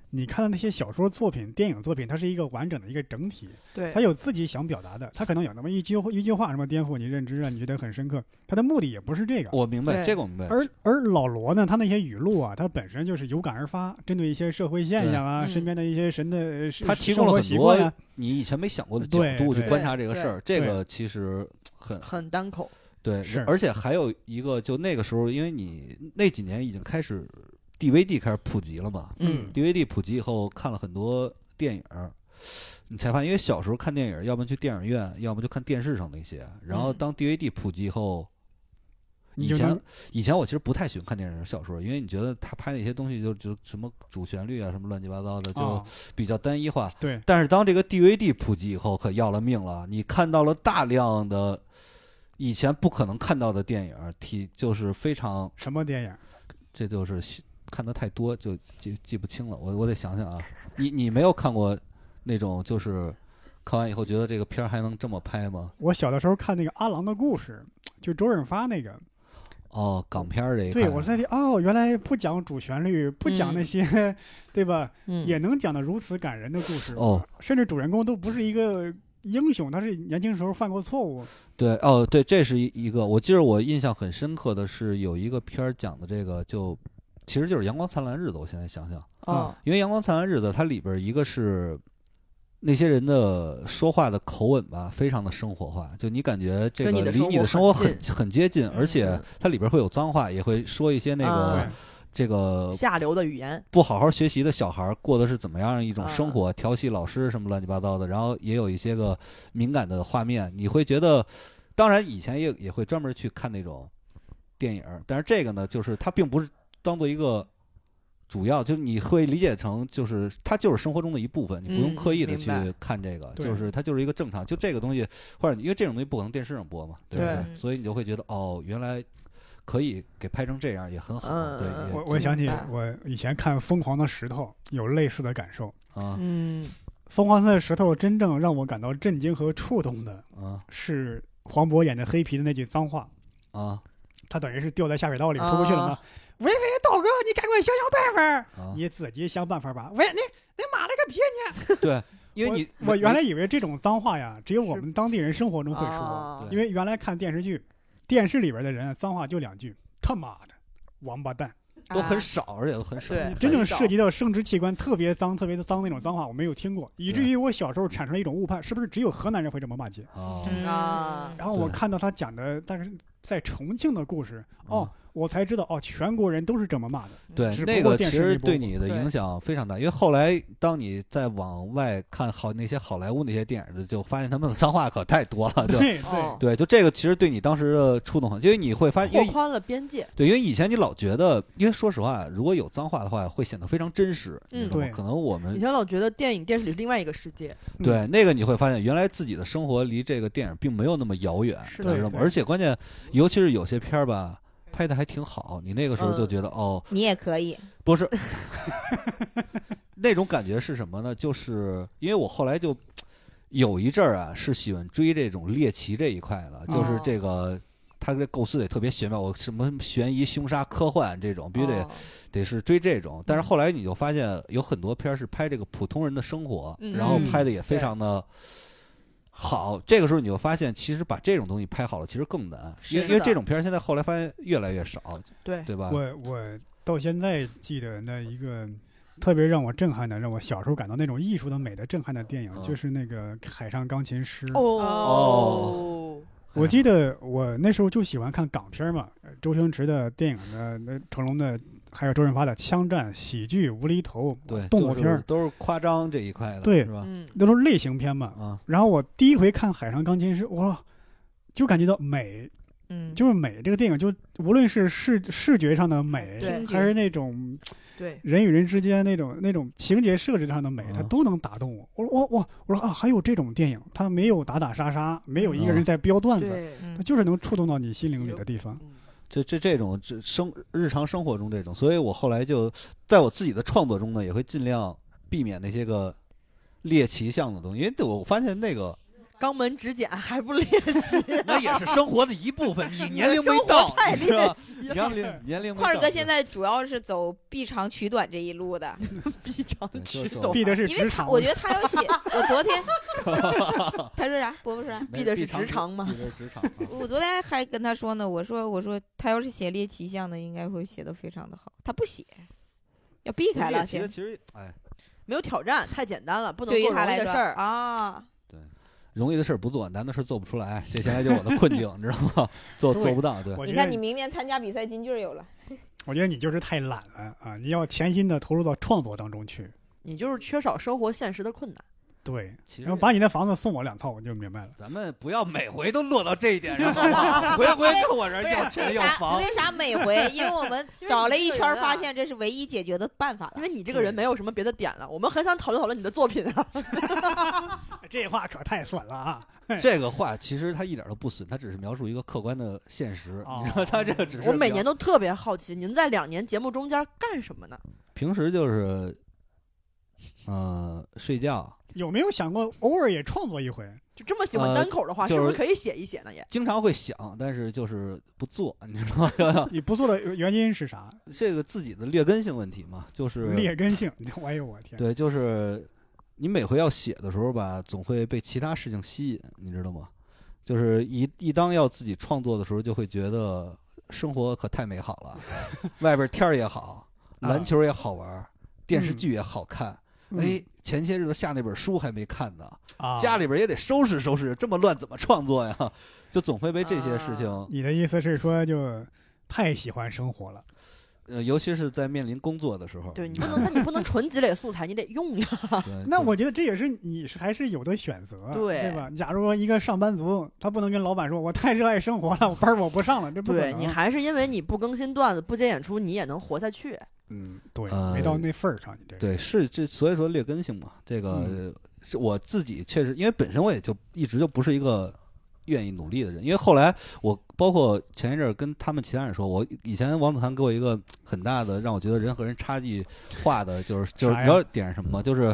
你看到那些小说作品、电影作品，它是一个完整的一个整体，对它有自己想表达的，它可能有那么一句一句话什么颠覆你认知啊，你觉得很深刻，它的目的也不是这个。我明白对这个，我明白。而而老罗呢，他那些语录啊，他本身就是有感而发，针对一些社会现象啊，对嗯身边的一些神的呃是他提供了生活很习多惯啊，你以前没想过的角对度去对观察这个对事儿，这对个其实很很单口，对，是而且还有一个，就那个时候，因为你那几年已经开始 DVD 开始普及了嘛嗯，DVD 普及以后看了很多电影儿，你才发现，因为小时候看电影儿，要么去电影院，要么就看电视上的一些，然后嗯当 DVD 普及以后。你以就前能以前我其实不太喜欢看电影儿小说，因为你觉得他拍那些东西就就什么主旋律啊什么乱七八糟的，就啊，比较单一化。对，但是当这个 DVD 普及以后，可要了命了。你看到了大量的以前不可能看到的电影，体就是非常，什么电影？这就是西看的太多，就记记不清了。我我得想想啊，你你没有看过那种就是看完以后觉得这个片儿还能这么拍吗？我小的时候看那个《阿郎的故事》，就周润发那个，哦，港片儿这一对看我在这哦，原来不讲主旋律，不讲那些， *laughs* 对吧？嗯也能讲得如此感人的故事哦，甚至主人公都不是一个英雄，他是年轻时候犯过错误，对哦对，这是一一个。我记得我印象很深刻的是有一个片儿讲的这个就其实就是《阳光灿烂的日子》，我现在想想。哦因为《阳光灿烂日子》它里边儿一个是那些人的说话的口吻吧，非常的生活化，就你感觉这个跟你的离生你活的生活很很很接近，而且嗯它里边儿会有脏话，也会说一些那个、对啊，这个下流的语言，不好好学习的小孩儿过的是怎么样一种啊生活，调戏老师什么乱七八嗯糟的，然后也有一些个敏感的画面，你会觉得，当然以前也也会专门去看那种电影儿，但是这个呢，就是它并不是当做一个主要，就是你会理解成就是它就是生活中的一部分，你不用嗯刻意的去明白看这个，对就是它就是一个正常，就这个东西，或者因为这种东西不可能电视上播嘛，对不对对？所以你就会觉得哦，原来。可以给拍成这样也很好，嗯对嗯嗯也，我我想起明白我以前看《疯狂的石头》有类似的感受，啊嗯《疯狂的石头》真正让我感到震惊和触动的啊是黄渤演的黑皮的那句脏话，啊他等于是掉在下水道里出不去了嘛啊。喂喂，道哥，你赶快想想办法，啊！你自己想办法吧。喂，你你妈了个逼你！ *laughs* 对，因为你我我原来以为这种脏话呀，只有我们当地人生活中会说，啊对因为原来看电视剧，电视里边的人啊脏话就两句，他妈的。王八蛋！都很啊少，而且都很少。对真正很少涉及到生殖器官特别脏、特别的脏那种脏话，我没有听过，以至于我小时候产生了一种误判，是不是只有河南人会这么骂街？啊，嗯啊然后我对看到他讲的，但是在重庆的故事，哦，我才知道哦，全国人都是这么骂的。对只，不那过个其电视实没播对你的对影响非常大，因为后来当你再往外看好那些好莱坞那些电影的，就发现他们的脏话可太多了，就对哦对，对，就这个其实对你当时的触动很，因为你会发现，拓因为宽了边界。对，因为以前你老觉得，因为说实话，如果有脏话的话，会显得非常真实，你嗯知道吗对可能我们以前老觉得电影电视里是另外一个世界，对，那个你会发现，原来自己的生活离这个电影并没有那么遥远，是的知道吗对而且关键，尤其是有些片儿吧，拍的还挺好，你那个时候就嗯觉得、哦，你也可以，不是， *laughs* 那种感觉是什么呢？就是因为我后来就有一阵儿啊，是喜欢追这种猎奇这一块的，就是哦这个。他这构思得特别玄妙，我什么悬疑、凶杀、科幻这种必须得、哦得是追这种。嗯但是后来你就发现有很多片儿是拍这个普通人的生活，嗯然后嗯拍的也非常的好。这个时候你就发现，其实把这种东西拍好了其实更难，因为是因为的这种片儿现在后来发现越来越少，对，对吧？我我到现在记得那一个特别让我震撼的，让我小时候感到那种艺术的美的震撼的电影，嗯就是那个《海上钢琴师》。哦哦，我记得我那时候就喜欢看港片嘛，呃周星驰的电影的，那成龙的，还有周润发的枪战、喜剧、无厘头、对，动就作是片儿，都是夸张这一块的，对是吧？嗯，那都是类型片嘛。啊，然后我第一回看《海上钢琴师》，哇，就感觉到美，嗯，就是美。这个电影就无论是视视觉上的美对，还是那种对，人与人之间那种那种情节设置上的美，它嗯都能打动我。我我我我说啊，还有这种电影，它没有打打杀杀，没有一个人在飙段子，对，嗯它就是能触动到你心灵里的地方。嗯这这这种这生日常生活中这种，所以我后来就在我自己的创作中呢，也会尽量避免那些个猎奇向的东西，因为我发现那个肛门指甲还不猎奇， *laughs* 那也是生活的一部分，你年的龄生没活到，太你知道猎吧？奇你了，要 *laughs* 年年龄没块儿到哥就现在主要是走必长取短这一路的，必长对就直是这斗种，必的是嗯因为职他场，我觉得他要写，我昨天他说啥？伯伯说啥？没避的是长职场嘛避的是职 *laughs* 场啊。我昨天还跟他说呢，我说我说他要是写猎奇向的，应该会写的非常的好。他不写，要避开了猎奇的写。其实哎，没有挑战，太简单了，不能对于够容他易来的说事儿。啊，容易的事儿不做，难的事儿做不出来，这现在就是我的困境，你知道吗？做做不到，对，我你觉看你得明年参加比赛金句儿有了，我觉得你就是太懒了啊！你要全心的投入到创作当中去。你就是缺少生活现实的困难。对，其然后把你那房子送我两套，我就明白了。咱们不要每回都落到这一 *laughs* 点上，好不好？回回就我这儿哎要钱为要啥房，为 *laughs* 啥每回？因为我们因为找你了这一个圈儿，人啊发现这是唯一解决的办法因了。为你这个人没有什么别的点了，我们很想讨论讨论你的作品啊。 *laughs* 这话可太损了啊！这个话其实它一点都不损，它只是描述一个客观的现实。哦你说它这个只是我每描年都特别好奇，您在两年节目中间干什么呢？平时就是，嗯，睡觉，有没有想过偶尔也创作一回？就这么喜欢呃单口的话，就是是不是可以写一写呢？也经常会想，但是就是不做， *laughs* 你知道吗？ *laughs* 你不做的原因是啥？这个自己的劣根性问题嘛，就是劣根性！哎呦我天！对，就是你每回要写的时候吧，总会被其他事情吸引，你知道吗？就是一一当要自己创作的时候，就会觉得生活可太美好 *laughs* 了，外边天儿也好，啊篮球也好玩儿，电视嗯剧也好看。嗯哎，前些日子下那本书还没看呢，啊，家里边也得收拾收拾，这么乱怎么创作呀？ *laughs* 就总会被这些事情，你的意思是说就太喜欢生活了？呃，尤其是在面临工作的时候， *laughs* 嗯对你不能，那你不能纯积累素材，你得用呀。 *laughs* 对那就我觉得这也是你是还是有的选择，对对吧？假如说一个上班族，他不能跟老板说我太热爱生活了，我班儿我不上了，这不可对能。你还是因为你不更新段子、不接演出，你也能活下去。嗯，对，呃没到那份儿上，你这个对，是这，所以说劣根性嘛，这个、嗯是我自己确实，因为本身我也就一直就不是一个愿意努力的人，因为后来我包括前一阵儿跟他们其他人说，我以前王子涵给我一个很大的让我觉得人和人差距化的，就是就是啥呀你知道点是什么吗？就是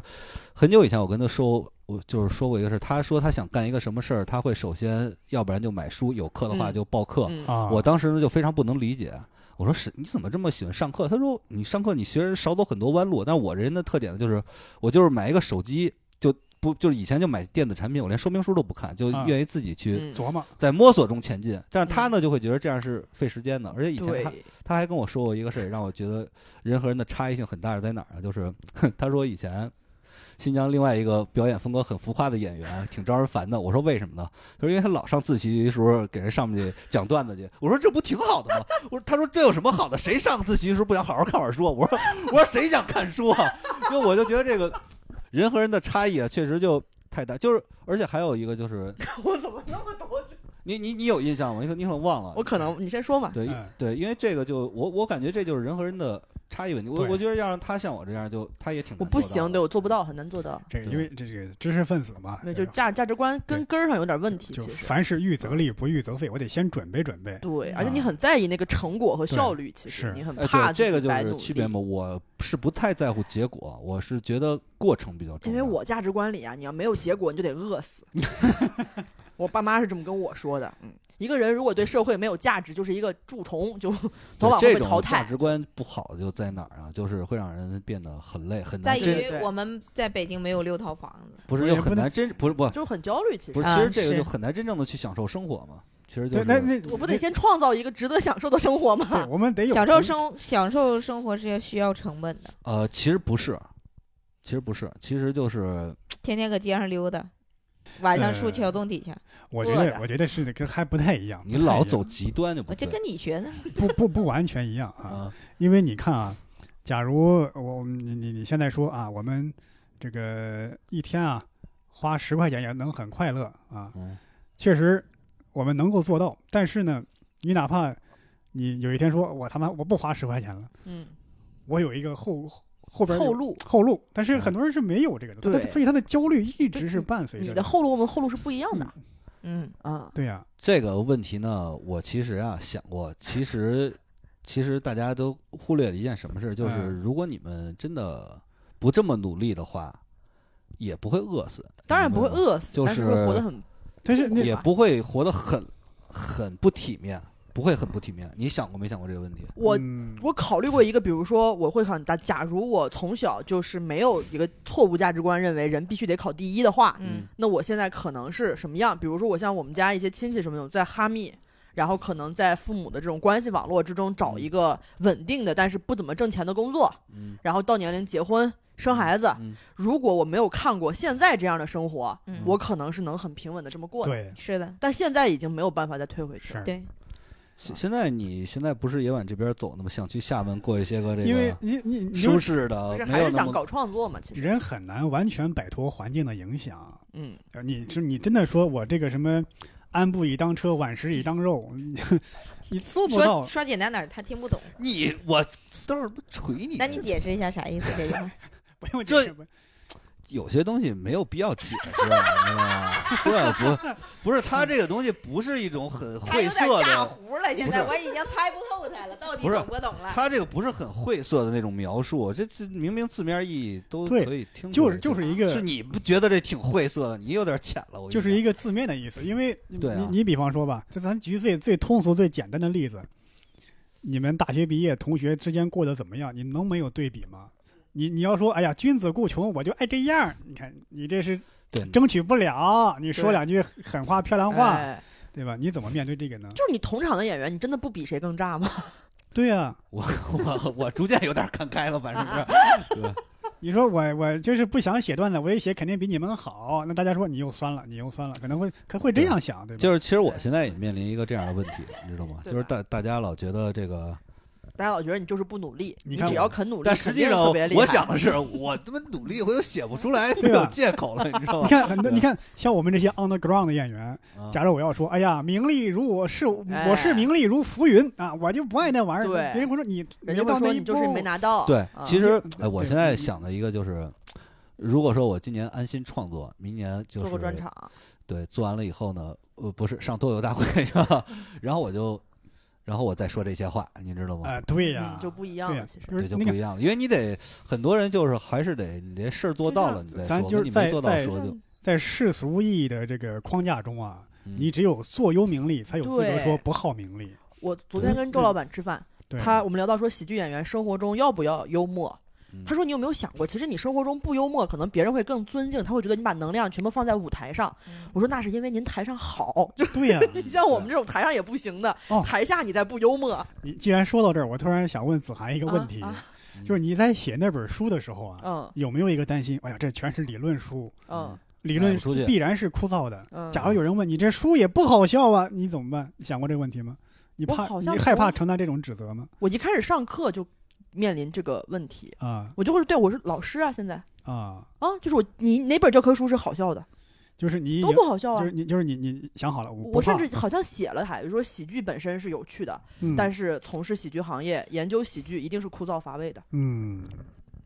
很久以前我跟他说。我就是说过一个事儿，他说他想干一个什么事儿，他会首先要不然就买书，有课的话嗯就报课，嗯，啊，我当时呢就非常不能理解，我说是你怎么这么喜欢上课？他说你上课你学人少走很多弯路，但是我这人的特点呢就是我就是买一个手机就不就是以前就买电子产品，我连说明书都不看，就啊愿意自己去嗯琢磨在摸索中前进。但是他呢就会觉得这样是费时间的，而且以前他 *laughs* 对，他还跟 *laughs* 我说过一个事儿，让我觉得人和人的差异性很大是在哪儿啊？就是他说以前新疆另外一个表演风格很浮夸的演员，挺招人烦的。我说为什么呢？他说因为他老上自习的时候给人上面去讲段子去。我说这不挺好的吗？ *laughs* 我说他说这有什么好的？谁上自习的时候不想好好看会儿书啊？我说我说谁想看书啊？ *laughs* 因为我就觉得这个人和人的差异啊，确实就太大。就是而且还有一个就是，我怎么那么多？你你你有印象吗？你可你可能忘了。我可能你先说嘛。对嗯对，因为这个就我我感觉这就是人和人的差异问题。我对我觉得要让他像我这样就，他也挺我难不做到行，的对我做不到，很难做到。这个对因为这这个知识分子哎嘛，没有，对就吧价价值观跟根儿上有点问题，就其实。凡事预则立，不预则废，我得先准备准备。对，嗯而且啊你很在意那个成果和效率，其实是你很哎，怕对，这自个己就白是努区别力嘛。我是不太在乎结果，我是觉得过程比较重因要。为我价值观里啊，你要没有结果，你就得 *laughs* 饿死。我爸妈是这么跟我说的。嗯，一个人如果对社会没有价值，就是一个蛀虫，就对早晚会这被种淘价汰。值观不好就在哪儿啊？就是会让人变得很累，很在难真这于对我们在北京没有六套房子，不是我又也很不难能真不是不就是很焦虑，其不实是，啊其实这个是就很难真正的去享受生活嘛。其实对，就是那那我不得先创造一个值得享受的生活对，吗？我们得有享受图生享受生活是要需要成本的，呃，其实不是，其实不是，其实就是天天搁街上溜达，晚哎上树呃桥洞底下，我觉饿得着，我觉得是的，跟还不太一样。你不太老一样走极端就不我这对跟你学的，不不不完全一样啊，啊。因为你看啊，假如我你你你现在说啊，我们这个一天啊花十块钱也能很快乐啊，嗯确实我们能够做到。但是呢，你哪怕你有一天说我他妈我不花十块钱了，嗯，我有一个后后边有后路，后路，但是很多人是没有这个的，对他所以他的焦虑一直是伴随着你的后路和我们后路是不一样的嗯，啊。对呀、这个问题呢，我其实啊想过，其实其实大家都忽略了一件什么事，就是嗯如果你们真的不这么努力的话，也不会饿死，当然不会，饿嗯死，就但是是会活得很但是那也不会活得很很不体面，不会很不体面。你想过没想过这个问题？我嗯我考虑过一个，比如说，我会很大。假如我从小就是没有一个错误价值观，认为人必须得考第一的话，嗯那我现在可能是什么样？比如说，我像我们家一些亲戚什么的，在哈密，然后可能在父母的这种关系网络之中找一个稳定的，但是不怎么挣钱的工作，嗯，然后到年龄结婚生孩子。嗯如果我没有看过现在这样的生活，嗯我可能是能很平稳的这么过的。对是嗯的，但现在已经没有办法再退回去了。是。对，现现在你现在不是也往这边走呢吗？想去厦门过一些个这因为个你你你舒就适的不是，没还有是那想么搞创作嘛？其实，人很难完全摆脱环境的影响。嗯，呃你是你真的说我这个什么鞍不以当车，碗食以当肉，你你做不说到。说简单点儿，他听不懂，你我都是锤你那你解释一下啥意思？这句话不用这解释有些东西没有必要解释，你知道吗？对，不，不是他这个东西不是一种很他 *laughs* 晦哎有 *laughs* 涩点炸的，糊了，现在不是我已经猜不透他了，到底不是懂不懂了？他这个不是很晦涩的那种描述， *laughs* 这这明明字面意义都对可以听出就来，是就是一是个你不觉得这挺晦涩的，你有点浅了，我就是一个个字面的意思。因为你对啊你你比方说吧，就咱举最最通俗最简单的例子，你们大学毕业同学之间过得怎么样？你能没有对比吗？你你要说，哎呀，君子固穷，我就爱这样。你看，你这是对争取不了，你说对两句狠话漂亮话，哎对吧？你怎么面对这个呢？就是你同场的演员，你真的不比谁更炸吗？对啊呀、 *laughs* 我我我逐渐有点看开了吧，是不是？你说我我就是不想写段子，我一写肯定比你们好，那大家说你又酸了，你又酸了，可能会可能会这样想，对吧？就是其实我现在也面临一个这样的问题，你知道吗？对就是吧大大家老觉得这个，大家老觉得你就是不努力，你你看只我要肯努力，但实际肯定上特别厉害我想的是，我他妈努力，我又写不出来，没对吧有借口了，你知道你吗？看很多，对你看像我们这些 on the ground 的演员，啊假如我要说，哎呀，名利如我是哎我是名利如浮云啊，我就不爱那玩意对儿，别人会说你没人家会到那说一你步就，是没拿到。对，其实嗯哎，我对现在想的一个就是，如果说我今年安心创作，明年就是做过专，场，对，做完了以后呢，呃，不是上脱口秀大 *laughs* 会是吧？然后我就，然后我再说这些话，你知道吗？啊，对呀嗯，就不一样对了。呀其，实，就是这就那不个一样了，因为你得很多人就是还是得你这事儿做到了，你再咱说，就是你没在做到在说就在世俗意义的这个框架中啊，嗯你只有坐优名利，才有资格对说不好名利。我昨天跟周老板吃饭，对，他我们聊到说喜剧演员生活中要不要幽默嗯。他说：“你有没有想过，其实你生活中不幽默，可能别人会更尊敬，他会觉得你把能量全部放在舞台上。”嗯我说：“那是因为您台上好，就对呀，你像我们这种台上也不行的哦，台下你再不幽默，你既然说到这儿，我突然想问子涵一个问题：啊嗯就是你在写那本书的时候啊，嗯有没有一个担心？哎呀，这全是理论书，嗯理论卖不哎出去必然是枯燥的。嗯，假如有人问你这书也不好笑啊，你怎么办？你想过这个问题吗？你我怕好你像害从怕承担这种指责吗？我一开始上课就面临这个问题，啊我就会对我是老师啊，现在啊，啊，就是我你哪本教科书是好笑的，就是你已都经不好笑就啊是。你就是你你想好了，我不我甚怕，至好像写了还，说喜剧本身是有趣的，嗯但是从事喜剧行业、研究喜剧一定是枯燥乏味的，嗯，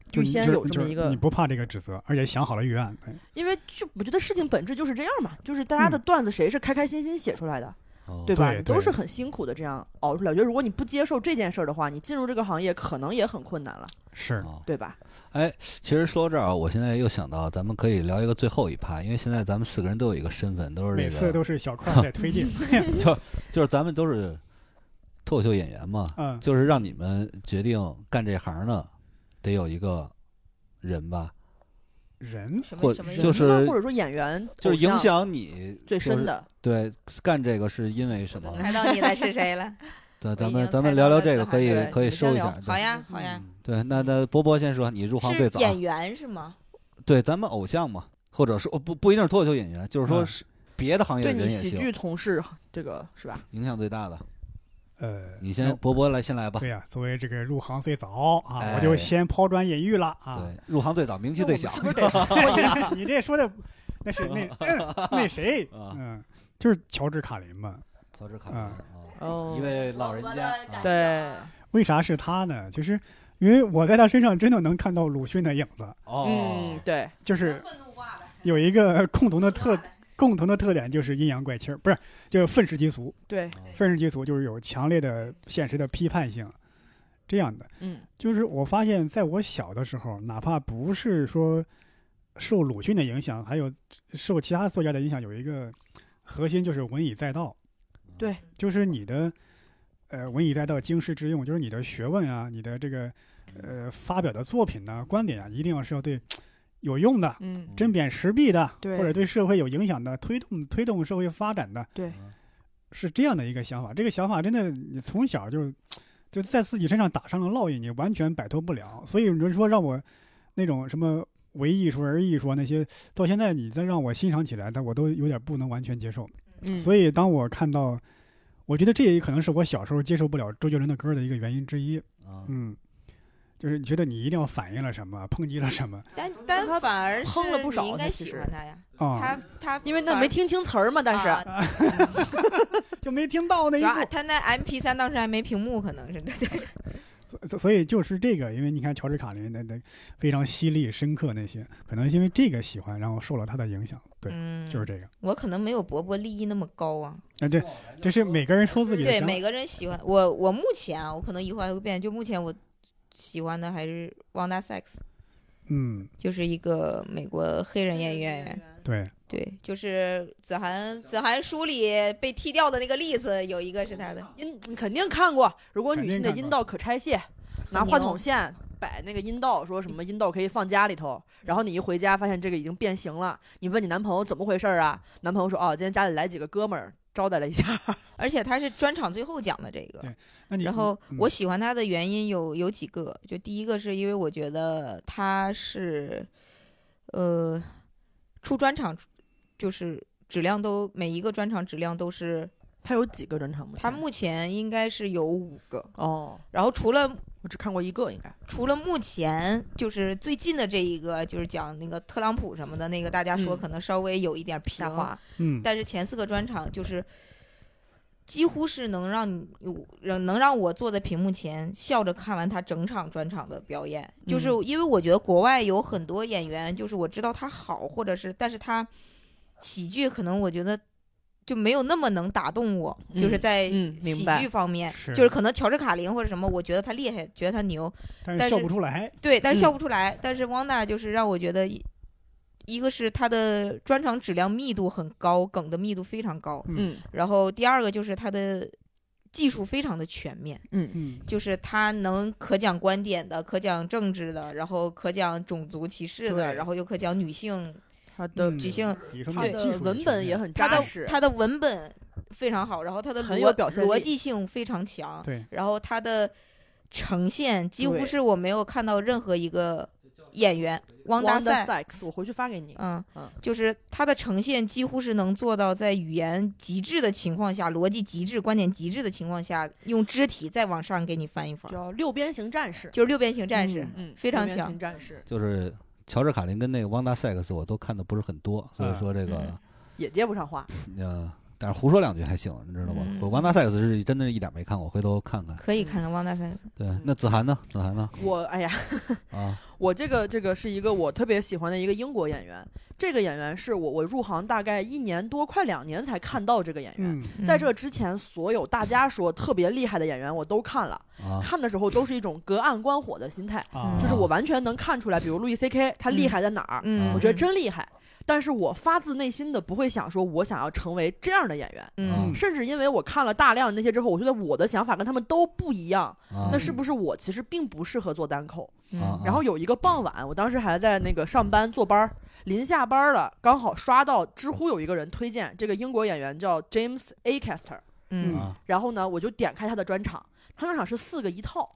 就预你先就是有这就么是一个你不怕这个指责，而且想好了预案。哎因为就我觉得事情本质就是这样嘛，就是大家的段子谁是开开心心写出来的，哦对嗯吧？哦对你都对是很辛苦的这样熬出来。我觉得如果你不接受这件事儿的话，你进入这个行业可能也很困难了，是哦对吧？哎，其实说到这儿啊，我现在又想到，咱们可以聊一个最后一趴，因为现在咱们四个人都有一个身份，都是每这次个，都是小块儿在推 *laughs* 进，就是咱们都是脱口秀演员嘛，嗯就是让你们决定干这行的，得有一个人吧，人什或么什么意思就人是或者说演员就是偶像影响你最就是深的，对干这个是因为什么？猜到你了是谁了？对，咱已们经咱猜们到聊聊了这自个，嗨可以对可以你先收一聊下。嗯好对呀好呀，对，那那波波先说，你入行最是早，演员是吗？对，咱们偶像嘛，或者说不不一定是脱口秀演员，就是说嗯是别的行业对的人你也喜行，剧从事这个是吧？影响最大的。呃，你那先，波波来先来吧。对呀、作为这个入行最早啊，哎我就先抛砖引玉了啊。对，入行最早，名气那我最们 *laughs* 小是。不是得说 *laughs* 你这说的那是 *laughs* 那、嗯那谁，啊嗯，就是乔治卡林嘛。乔治卡门啊，*laughs* 哦一位老人家啊。对为啥是他呢？就是因为我在他身上真的能看到鲁迅的影子，哦嗯，，对，就是有一个共同的特共同的特点就是阴阳怪气儿，不是就是愤世嫉俗，对，愤世嫉俗就是有强烈的现实的批判性，这样的。嗯就是我发现，在我小的时候，哪怕不是说受鲁迅的影响，还有受其他作家的影响，有一个核心就是文以载道。对，就是你的呃文以载道，经世致用，就是你的学问啊，你的这个呃发表的作品呐、观点啊，一定要是要对有用的、嗯针砭时弊的，对或者对社会有影响的，推动推动社会发展的，对，是这样的一个想法。这个想法真的，你从小就就在自己身上打上了烙印，你完全摆脱不了。所以你就说让我那种什么唯艺术而艺术啊那些，到现在你再让我欣赏起来，但我都有点不能完全接受。嗯，所以当我看到，我觉得这也可能是我小时候接受不了周杰伦的歌的一个原因之一。嗯，嗯，就是你觉得你一定要反映了什么，抨击了什么但但反而是哼了不少你应呢该其喜实欢他呀。啊、他他因为那反而没听清词儿嘛，但是啊就没听到那主一要步。他那 M P 三当时还没屏幕，可能是对对。所所以就是这个，因为你看乔治卡林那那非常犀利、深刻那些，可能是因为这个喜欢，然后受了他的影响。对，嗯，就是这个。我可能没有伯伯利益那么高啊。啊，这这是每个人说自己的对，想法。每个人喜欢我，我目前啊，我可能一会儿还会变。就目前我喜欢的还是汪达 Sex，嗯，就是一个美国黑人演员。对，对，就是子涵，子涵书里被踢掉的那个例子，有一个是他的。阴你肯定看过，如果肯女定性的看阴过道可拆卸，拿很话牛筒线摆那个阴道，说什么阴道可以放家里头，嗯然后你一回家发现这个已经变形了，你问你男朋友怎么回事儿啊？男朋友说哦，今天家里来几个哥们儿招待了一下，而且他是专场最后讲的这个对。那你然后嗯我喜欢他的原因有有几个，就第一个是因为我觉得他是，呃，出专场就是质量都每一个专场质量都是，他有几个专场目前？他目前应该是有五个，哦，然后除了我只看过一个，应该除了目前就是最近的这一个，就是讲那个特朗普什么的那个，大家说嗯可能稍微有一点平下滑。嗯，但是前四个专场就是几乎是能让你能能让我坐在屏幕前笑着看完他整场专场的表演，就是嗯因为我觉得国外有很多演员，就是我知道他好，或者是但是他喜剧可能我觉得就没有那么能打动我，就是嗯在嗯明哎喜白剧方面，是就是可能乔治卡林或者什么，我觉得他厉害，觉得他牛，但但是笑是不出来。对，但是笑嗯不出来。但是汪娜就是让我觉得一，一个是她的专场质量密度很高，梗的密度非常高，嗯然后第二个就是她的技术非常的全面，嗯嗯，就是她能可讲观点的，可讲政治的，然后可讲种族歧视的，对然后又可讲女性，他的嗯即兴比什么他技术也的文全本面也很她扎的实，她的文本非常好，然后她的很逻有表现逻力辑性非常强，对，然后他的呈现，几乎对是我没有看到任何一个演员汪达达塞赛， Sykes，我回去发给你。嗯嗯，就是他的呈现几乎是能做到在语言极致的情况下，逻辑极致、观点极致的情况下，用肢体再往上给你翻一翻，叫六边形战士，就是六边形战士，嗯，非常六边强形战士就是乔治卡林跟那个汪达塞克斯，我都看的不是很多，所以说这个嗯也接不上话。呃，但是胡说两句还行，你知道吗？嗯我汪达塞克斯是真的是一点没看过，回头看看。可嗯以看看汪达赛。对，那子涵呢？子涵呢？我哎呀，啊，我这个这个是一个我特别喜欢的一个英国演员，这个演员是我我入行大概一年多快两年才看到这个演员。嗯，嗯在这之前，所有大家说特别厉害的演员我都看了，啊，看的时候都是一种隔岸观火的心态，啊，就是我完全能看出来，比如路易 C K 他厉害在哪儿，嗯，我觉得嗯真厉害。但是我发自内心的不会想说，我想要成为这样的演员，嗯甚至因为我看了大量那些之后，我觉得我的想法跟他们都不一样。啊那是不是我其实并不适合做单口？啊嗯然后有一个傍晚，我当时还在那个上班坐班儿，临下班儿了，刚好刷到知乎有一个人推荐这个英国演员叫 James Acaster，嗯啊然后呢，我就点开他的专场，他专场是四个一套，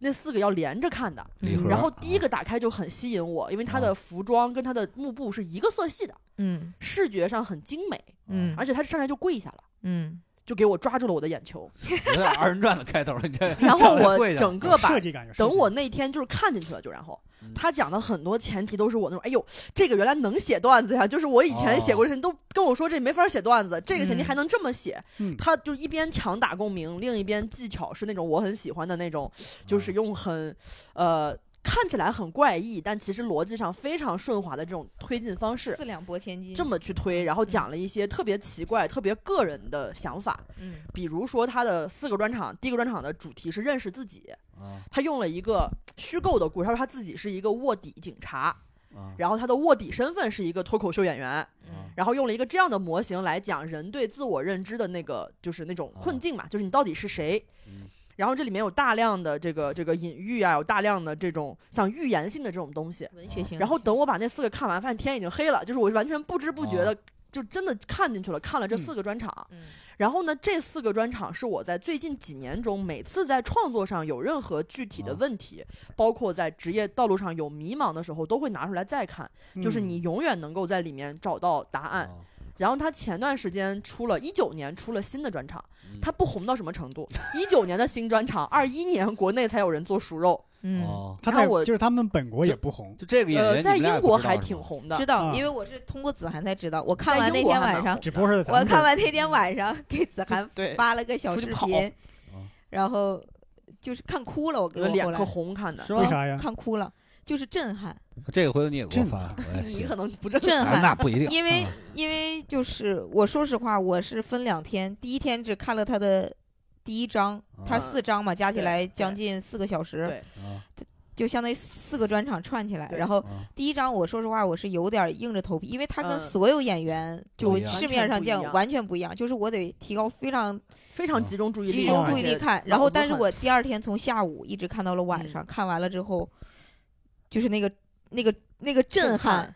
那四个要连着看的。礼嗯盒，然后第一个打开就很吸引我，因为他的服装跟他的幕布是一个色系的，嗯视觉上很精美，嗯而且他上来就跪下了，嗯，就给我抓住了我的眼球。有点二人转的开头，你这然后上来我跪下整个把设计感有设计等我那天就是看进去了，就然后嗯他讲的很多前提都是我那种，哎呦，这个原来能写段子呀！就是我以前写过这些，你都跟我说这没法写段子，这个前提嗯还能这么写。嗯他就一边强打共鸣，另一边技巧是那种我很喜欢的那种，嗯就是用很呃看起来很怪异，但其实逻辑上非常顺滑的这种推进方式。四两拨千斤，这么去推，然后讲了一些特别奇怪、特别个人的想法，嗯比如说他的四个专场，第一个专场的主题是认识自己，啊他用了一个虚构的故事，他说他自己是一个卧底警察，啊然后他的卧底身份是一个脱口秀演员，嗯然后用了一个这样的模型来讲人对自我认知的那个就是那种困境嘛，就是你到底是谁。嗯然后这里面有大量的这个这个隐喻啊，有大量的这种像寓言性的这种东西。文学性。哦然后等我把那四个看完，发现天已经黑了，就是我完全不知不觉的就真的看进去了，看了这嗯四个专场。嗯然后呢，这四个专场是我在最近几年中每次在创作上有任何具体的啊问题，包括在职业道路上有迷茫的时候，都会拿出来再看。就是嗯你永远能够在里面找到答案。嗯啊然后他前段时间出了，一九年出了新的专场嗯，他不红到什么程度？一九年的新专场，二一年国内才有人做熟肉，嗯，哦，他然在后我就是他们本国也不红，就这个演呃，员在你们俩英也国不知道还是挺吗红的知。道，啊因为我是通过子涵才知道。我看完嗯在那英国天还晚蛮上红，只不过是在咱我们这看儿完那 *laughs* 天晚上给子涵对，发了个小哎出视去跑频嗯，然后就是看哭了，我给我我的脸后来可红看的。是为吗？啥呀？看哭了，就是震 *laughs* 撼，啊这个回头你也给我震发，我也你是可能不正震啊撼。那不一定， *laughs* 因为啊因为就是我说实话，我是分两天，第一天只看了他的第一章，他啊四章嘛，加起对来对将近四个小时，对，啊就相当于四个专场串起来。对然后啊第一章， *laughs* 我说实话，我是有点硬着头皮，因为他跟嗯所有演员不就一样市面上见完全不一样完全不一样，就是我得提高非常非啊常集中注意力，集中注意而力且看。然后，但是脑子很嗯我第二天从下午一直看到了晚上，看完了之后，就是那个那个那个震震撼撼，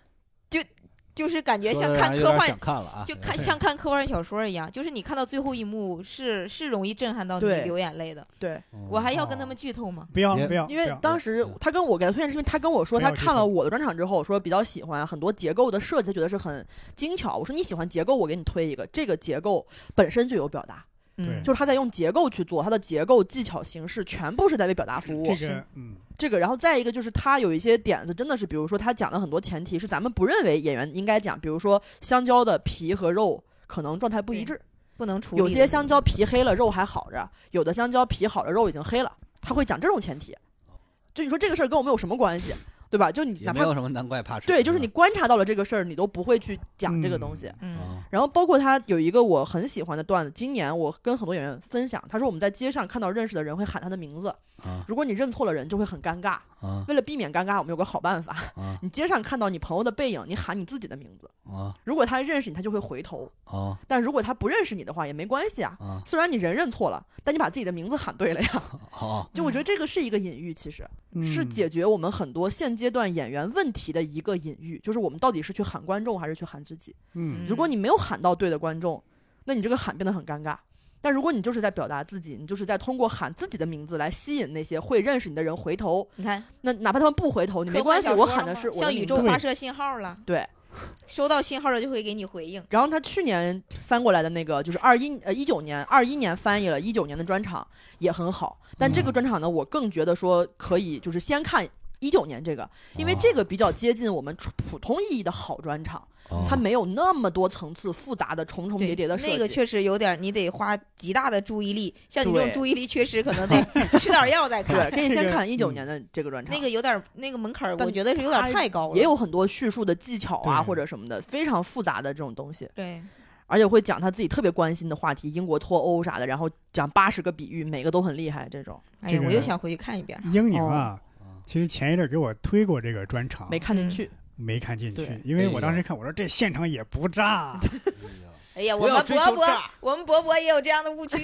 就是感觉说像的看让人有科点幻想看了啊，就看像看科幻小说一样，就是你看到最后一幕是是容易震撼到你对流眼泪的。对，嗯我还要哦跟他们剧透吗？不要也不要，因为不要当时嗯他跟我给他推荐视频，他跟我说不要他剧看了透我的专场之后，说比较喜欢很多结构的设计，觉得是很精巧。我说你喜欢结构，我给你推一个，这个结构本身就有表达，对嗯，就是他在用结构去做，他的结构、技巧、形式全部是在为表达服务。这个嗯这个，然后再一个就是他有一些点子真的是，比如说他讲的很多前提是咱们不认为演员应该讲，比如说香蕉的皮和肉。可能状态不一致，不能处理的。有些香蕉皮黑了，肉还好着；有的香蕉皮好了，肉已经黑了。他会讲这种前提，就你说这个事儿跟我们有什么关系，对吧？就你也哪没怕有什么难怪怕丑，对，就是你观察到了这个事儿，你都不会去讲这个东西。嗯啊然后包括他有一个我很喜欢的段子，今年我跟很多演员分享，他说我们在街上看到认识的人会喊他的名字，啊如果你认错了人就会很尴尬。啊为了避免尴尬，我们有个好办法，啊你街上看到你朋友的背影，你喊你自己的名字。啊如果他认识你，他就会回头；啊但如果他不认识你的话，也没关系啊。啊虽然你人认错了，但你把自己的名字喊对了呀。啊就我嗯觉得这个是一个隐喻，其实嗯是解决我们很多现阶段演员问题的一个隐喻，就是我们到底是去喊观众还是去喊自己。嗯如果你没有喊到对的观众，那你这个喊变得很尴尬。但如果你就是在表达自己，你就是在通过喊自己的名字来吸引那些会认识你的人回头，你看，那哪怕他们不回头，你没科关幻系，小我说喊的嘛是我的向宇名宙字对发射信号了，对，收到信号了就会给你回应。然后他去年翻过来的那个就是二一呃一九年二一年翻译了一九年的专场也很好，但这个嗯专场呢，我更觉得说可以就是先看一九年这个，因为这个比较接近我们普普通意义的好专场，哦它没有那么多层次复杂的重重叠对，叠的设计。那个确实有点儿，你得花极大的注意力。像你这对种注意力缺失，可能得 *laughs* 吃点儿药再对，看。可以这先个看一九年的这个专场。那个有点儿那个门槛儿，但我觉得是有点儿太高了。也有很多叙述的技巧啊，对或者什么的，非常复杂的这种东西，对，而且会讲他自己特别关心的话题，英国脱欧啥的，然后讲八十个比喻，每个都很厉害，这种哎这呀，个我又想回去看一遍了。英宁哦啊，其实前一阵儿给我推过这个专场，没没看进去。看进去对，因哎为我当时看我说这现场也不 *laughs* 炸，哎呀，不我要们追伯求伯炸，我们伯伯也有这样的误区。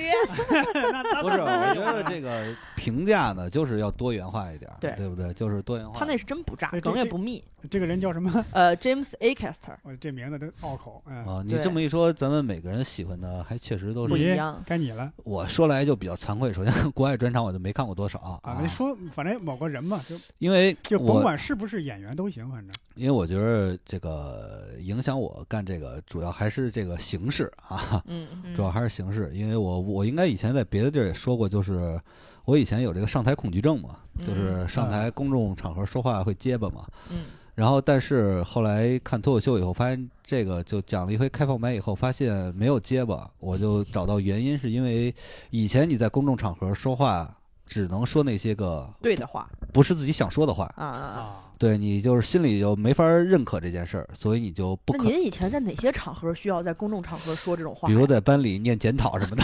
那那不是，我觉得这个评价呢，就是要多元化一点儿，对对不对？就是多元化。他那是真不炸对，梗这也这不密。这个人叫什么？呃，James A. Caster 我这名字都拗口，嗯，啊，你对这么一说，咱们每个人喜欢的还确实都不是。一一样该你了我说来就比较惭愧，首先国外专场我就没看过多少啊啊！你说反正某个人嘛，就因为就甭我管是不是演员都行，反正因为我觉得这个影响我干这个主要还是这个形式啊，嗯， *laughs* 嗯主要还是形式，因为我我应该以前在别的地儿也说过，就是我以前有这个上台恐惧症嘛，就是上台公众场合说话会结巴嘛，嗯，然后但是后来看脱口秀以后，发现这个就讲了一回开放麦以后，发现没有结巴，我就找到原因是因为以前你在公众场合说话只能说那些个对的话不是自己想说的话，啊啊啊。啊，对你就是心里就没法认可这件事儿，所以你就不那可您以前在哪些场合需要在公众场合说这种话比呀？如在班里念检讨什么的，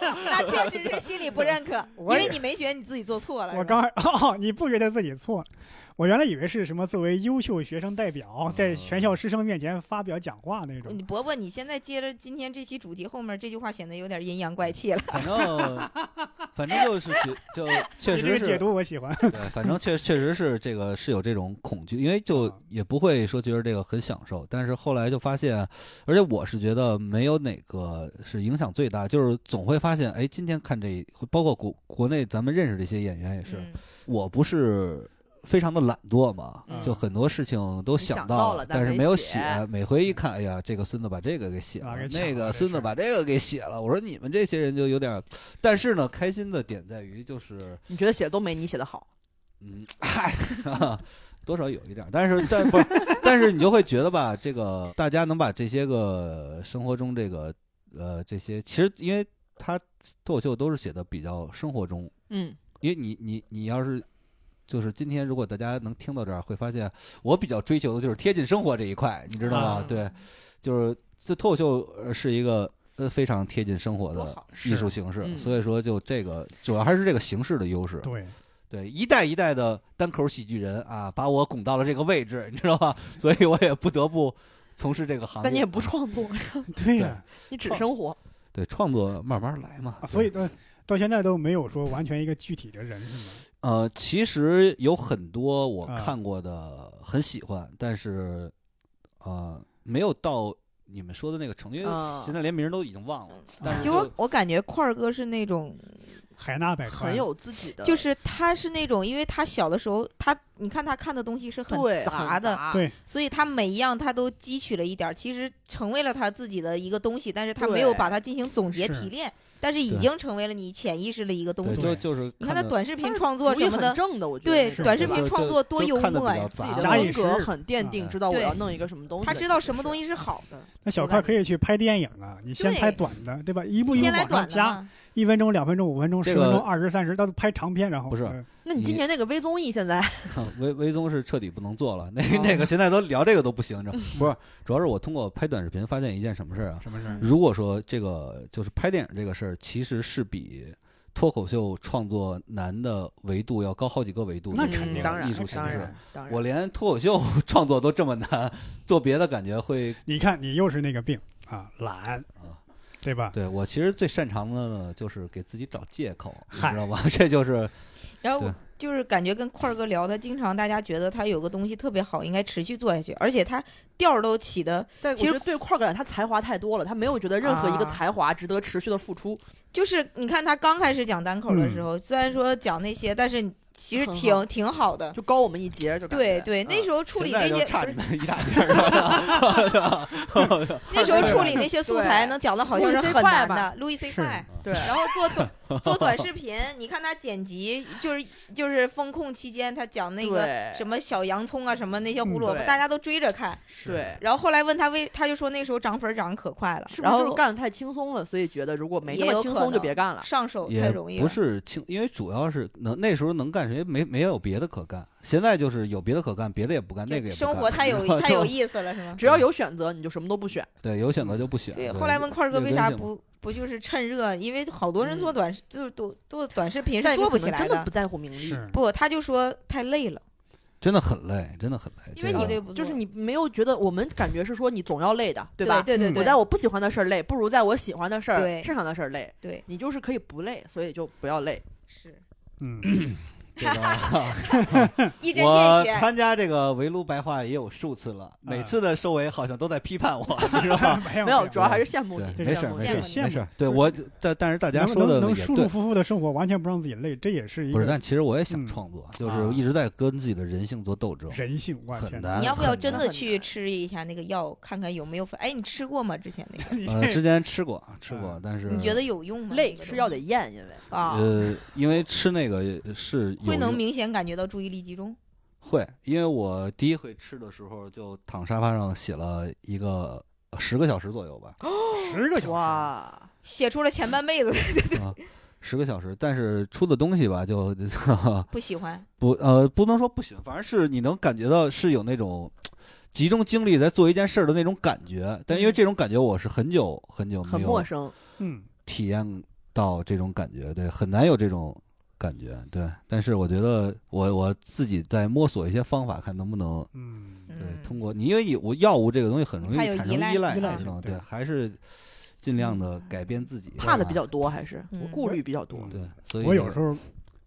那确实是心里不认可，因我也为你没觉得你自己做错了。我是吧刚哦，你不觉得自己错了？我原来以为是什么作为优秀学生代嗯表在全校师生面前发表讲话那种嗯你，伯伯，你现在接着今天这期主题后面这句话显得有点阴阳怪气了。反正反正就是觉 *laughs* 就确你这实个解是，读我喜欢。对，反正确确实是这个是有这种恐惧，因为就啊也不会说觉得这个很享受，但是后来就发现，而且我是觉得没有哪个是影响最大，就是总会发现，哎，今天看这包括国国内咱们认识这些演员也是，嗯我不是非常的懒惰嘛，嗯就很多事情都想到到了但但是没没有写写。每回一看，哎呀，这个孙子把这个给写了啊给，抢那了个这孙子事儿把这个给写了。我说你们这些人就有点儿，但是呢，开心的点在于就是，你觉得写的都没你写的好？嗯， *laughs* 嗨、多少有一点儿，但是 *laughs* 但不是，但是你就会觉得吧，这个大家能把这些个生活中这个呃这些，其实因为他脱口秀都是写的比较生活中嗯，因为你你你要是就是今天，如果大家能听到这儿，会发现我比较追求的就是贴近生活这一块，你知道吗？啊对，就是这脱口秀呃是一个呃非常贴近生活多的好艺术形式，嗯所以说就这个主要还是这个形式的优势。对，对，一代一代的单口喜剧人啊，把我拱到了这个位置，你知道吗？所以我也不得不从事这个行业。啊但你也不创作，对呀、你只生活。对创作慢慢来嘛，啊所以到到现在都没有说完全一个具体的人是吗？呃，其实有很多我啊看过的、很喜欢，但是呃，没有到你们说的那个程度，因啊为现在连名儿都已经忘了。但是其实我我感觉块儿哥是那种，海纳百川，很有自己的，就是他是那种，因为他小的时候，他你看他看的东西是很对杂的，，很对所以他每一样他都汲取了一点儿，其实成为了他自己的一个东西，但是他没有对把它进行总结是提炼，但是已对经成为了你潜意识的一个东对，西。就就是你看他着短视频他创作主意什么很的，正的，我觉得对那种短视吧频就创就作多啊就幽看得默比呀较自己杂的加风以格时很奠定，嗯知道我对要弄一个什么东西。他知道什么东西是好的，那小块可以去拍电影啊，你先对拍短的，对吧？一步一步先来往上短的加，嘛。一分钟、两分钟、五分钟、这十个分钟、二十、三十，到时候拍长片，然后不是嗯那你今年那个微综艺现在维维宗是彻底不能做了，那那个现在都聊这个都不行，你知道吗不是，主要是我通过拍短视频发现一件什么事儿啊？什么事儿？如果说这个就是拍电影这个事儿，其实是比脱口秀创作难的维度要高好几个维度的那一肯个定嗯当然艺术形当式。然当然我连脱口秀 *laughs* 创作都这么难，做别的感觉会你看你又是那个病啊，懒啊，对吧？对我其实最擅长的呢，就是给自己找借口，你嗨 *laughs* 知道吗？这就是然后对我就是感觉跟块儿哥聊，他经常大家觉得他有个东西特别好，应该持续做下去，而且他调儿都起的，但我其觉实得对块儿感他才华太多了，他没有觉得任何一啊个才华值得持续的付出。就是你看他刚开始讲单口嗯的时候，虽然说讲那些，但是其实很挺好挺好的。就高我们一截，就感对觉嗯对，那时候候处理嗯现那在就些，差你们一大截 *laughs* 儿了。那时候处理那些素材对能讲的好像是 Louis C. 很 Fry 难吧的。路易 C 是快，对然后做 *laughs* 短做短视频，你看他剪辑，就是就是风控期间，他讲那个对什么小洋葱啊，什么那些胡嗯萝卜，对大家都追着看。对。然后后来问他为，他就说那时候涨粉儿涨得可快了，是不然是就是后干的太轻松了，所以觉得如果没那也么有轻可松就能别干了。上手太也容易不了。是轻，因为主要是能那时候能干谁没没有别的可干，现在就是有别的可干，别的也不干，就那个也不生干活太有太有 *laughs* 就意思了，是吗？只要有选择，你就什么都不选。 *laughs* 对有选择就不选。对，后来问块儿哥为啥？不不就是趁热？因为好多人做嗯短视，就是做做短视频但是你做可不起能来真的不在乎名利，是不，他就说太累了，真的很累，真的很累。因为这个你 *laughs* 对不就是做你没有觉得我们感觉是说你总要累的，对对吧？对对嗯对，我在我不喜欢的事儿累，不如在我喜欢的事儿、对擅长的事儿累。对你就是可以不累，所以就不要累。是 *laughs* 嗯，这个一针见我血。参加这个围炉白话也有数次了，嗯每次的收尾好像都在 *laughs* 批判我，你知道吗？ *laughs* 没有没有，主要还是羡慕你。这对，没是事儿羡慕没你事儿羡慕没事儿你。对就是我，但但是大家说能的能也舒对舒，服服的生活，完全不让自己累，这也是一不是？个但其实我也想嗯创作，啊就是一直在跟自己的人性做斗争，人性。我很天哪，难。你要不要很真难的很去难吃一下那个药，看看有没有反？哎，你吃过吗？之前那 *laughs* 个，你呃，这之前吃过吃嗯过，但是你觉得有用吗？累那个吃东药西得咽，因为啊，呃，因为吃那个是有会能用明显感觉到注意力集中。会，因为我第一回吃的时候就躺沙发上写了一个十个小时左右吧，哦十个小哇，写出了前半辈子啊，十个小时，但是出的东西吧就 *laughs* 不喜欢，不呃不能说不喜欢，反正是你能感觉到是有那种集中精力在做一件事儿的那种感觉，但因为嗯这种感觉我是很久很久很没陌有生。时，嗯，体验到这种感觉，对，很难有这种感觉，对，但是我觉得我我自己在摸索一些方法，看能不能嗯，对，嗯，通过你因为有药物这个东西很容易怕有产依生赖依赖，依赖你知道性吗？对，对还是尽量的改变自己，怕的对比吧较多，还是嗯顾虑比较多。对，所以我有时候，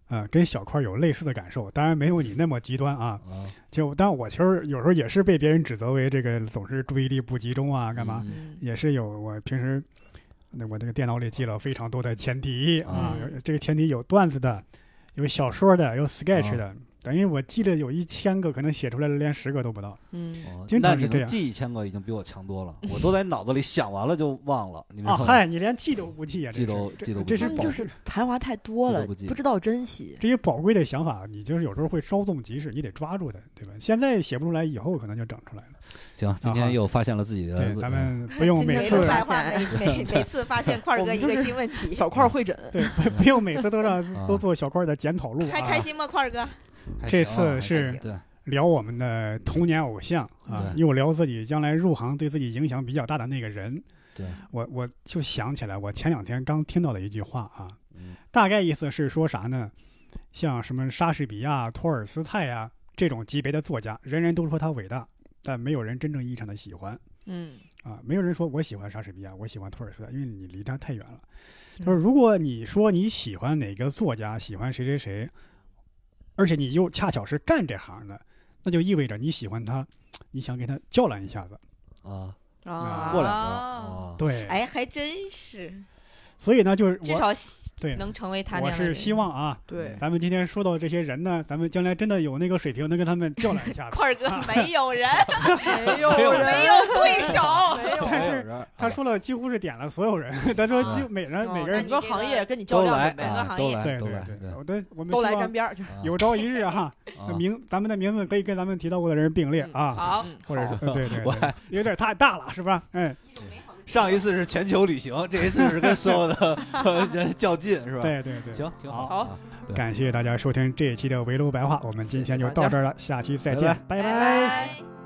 呃，跟小块有类似的感受，当然没有你那么极端啊。啊就，但我其实有时候也是被别人指责为这个总是注意力不集中啊，干嘛？嗯嗯也是有我平时，那我这个电脑里记了非常多的前提啊，嗯有这个前提有段子的，有小说的，有 sketch 啊的，等于我记了有一千个，可能写出来了连十个都不到。嗯，哦经那常你是这能样记一千个已经比我强多了，我都在脑子里想完了就忘 *laughs* 了，你知啊，道吗？嗨，你连记都不记啊！这记都是这记都不这记是他们宝就贵，是才华太多记都了，不记不知道珍惜。这些宝贵的想法，你就是有时候会稍纵即逝，你得抓住它，对吧？现在写不出来，以后可能就整出来了。行，今啊好天又发现了自己的问对，题，咱们不用今每天每次次白都白话每每每次发现块儿我哥们一就个是新问题，小块儿会诊，对，不不用每次都让 *laughs* 啊都做小块儿的检讨录还啊。开心吗？块儿 *laughs* 哥，还这行次啊还是行对聊我们的童年偶像啊，对又聊自己将来入行对自己影响比较大的那个人。对，我我就想起来，我前两天刚听到的一句话啊，嗯大概意思是说啥呢？像什么莎士比亚、托尔斯泰啊这种级别的作家，人人都说他伟大，但没有人真正意义上的喜欢。嗯，啊，没有人说我喜欢莎士比亚，我喜欢托尔斯泰，因为你离他太远了。他说，如果你说你喜欢哪个作家，喜欢谁谁谁，而且你又恰巧是干这行的，那就意味着你喜欢他，你想给他叫唤一下子。啊，啊过两啊个啊，对，哎，还真是，所以呢，就是至我少对，能成为他那我样的是人。希望啊，对，咱们今天说到这些人呢，咱们将来真的有那个水平，能跟他们叫唤一 *laughs* 下子。块儿哥没有人，啊 *laughs* 嗯没有有人没有对手，没有但没有是人他说了，几乎是点了所有人。 *laughs* 他说，啊就每人每个哦那人整你这个行个业跟你较都量来准备整个啊，行都业来对都对来， *laughs* 对，对我的我们都来希望沾边儿去。啊有朝一日哈，啊名咱们的名字可以跟咱们提到过的人并列啊，好，嗯或者是好对对我对，有点太大了是吧？ *laughs* 哎，上一次是全球旅行，这一次是跟所有 *laughs* 的呃人较劲，是吧？对对对，行，挺好。好啊对感谢大家收听这一期的围炉白话，我们今天就到这儿了，下期再拜见，拜拜。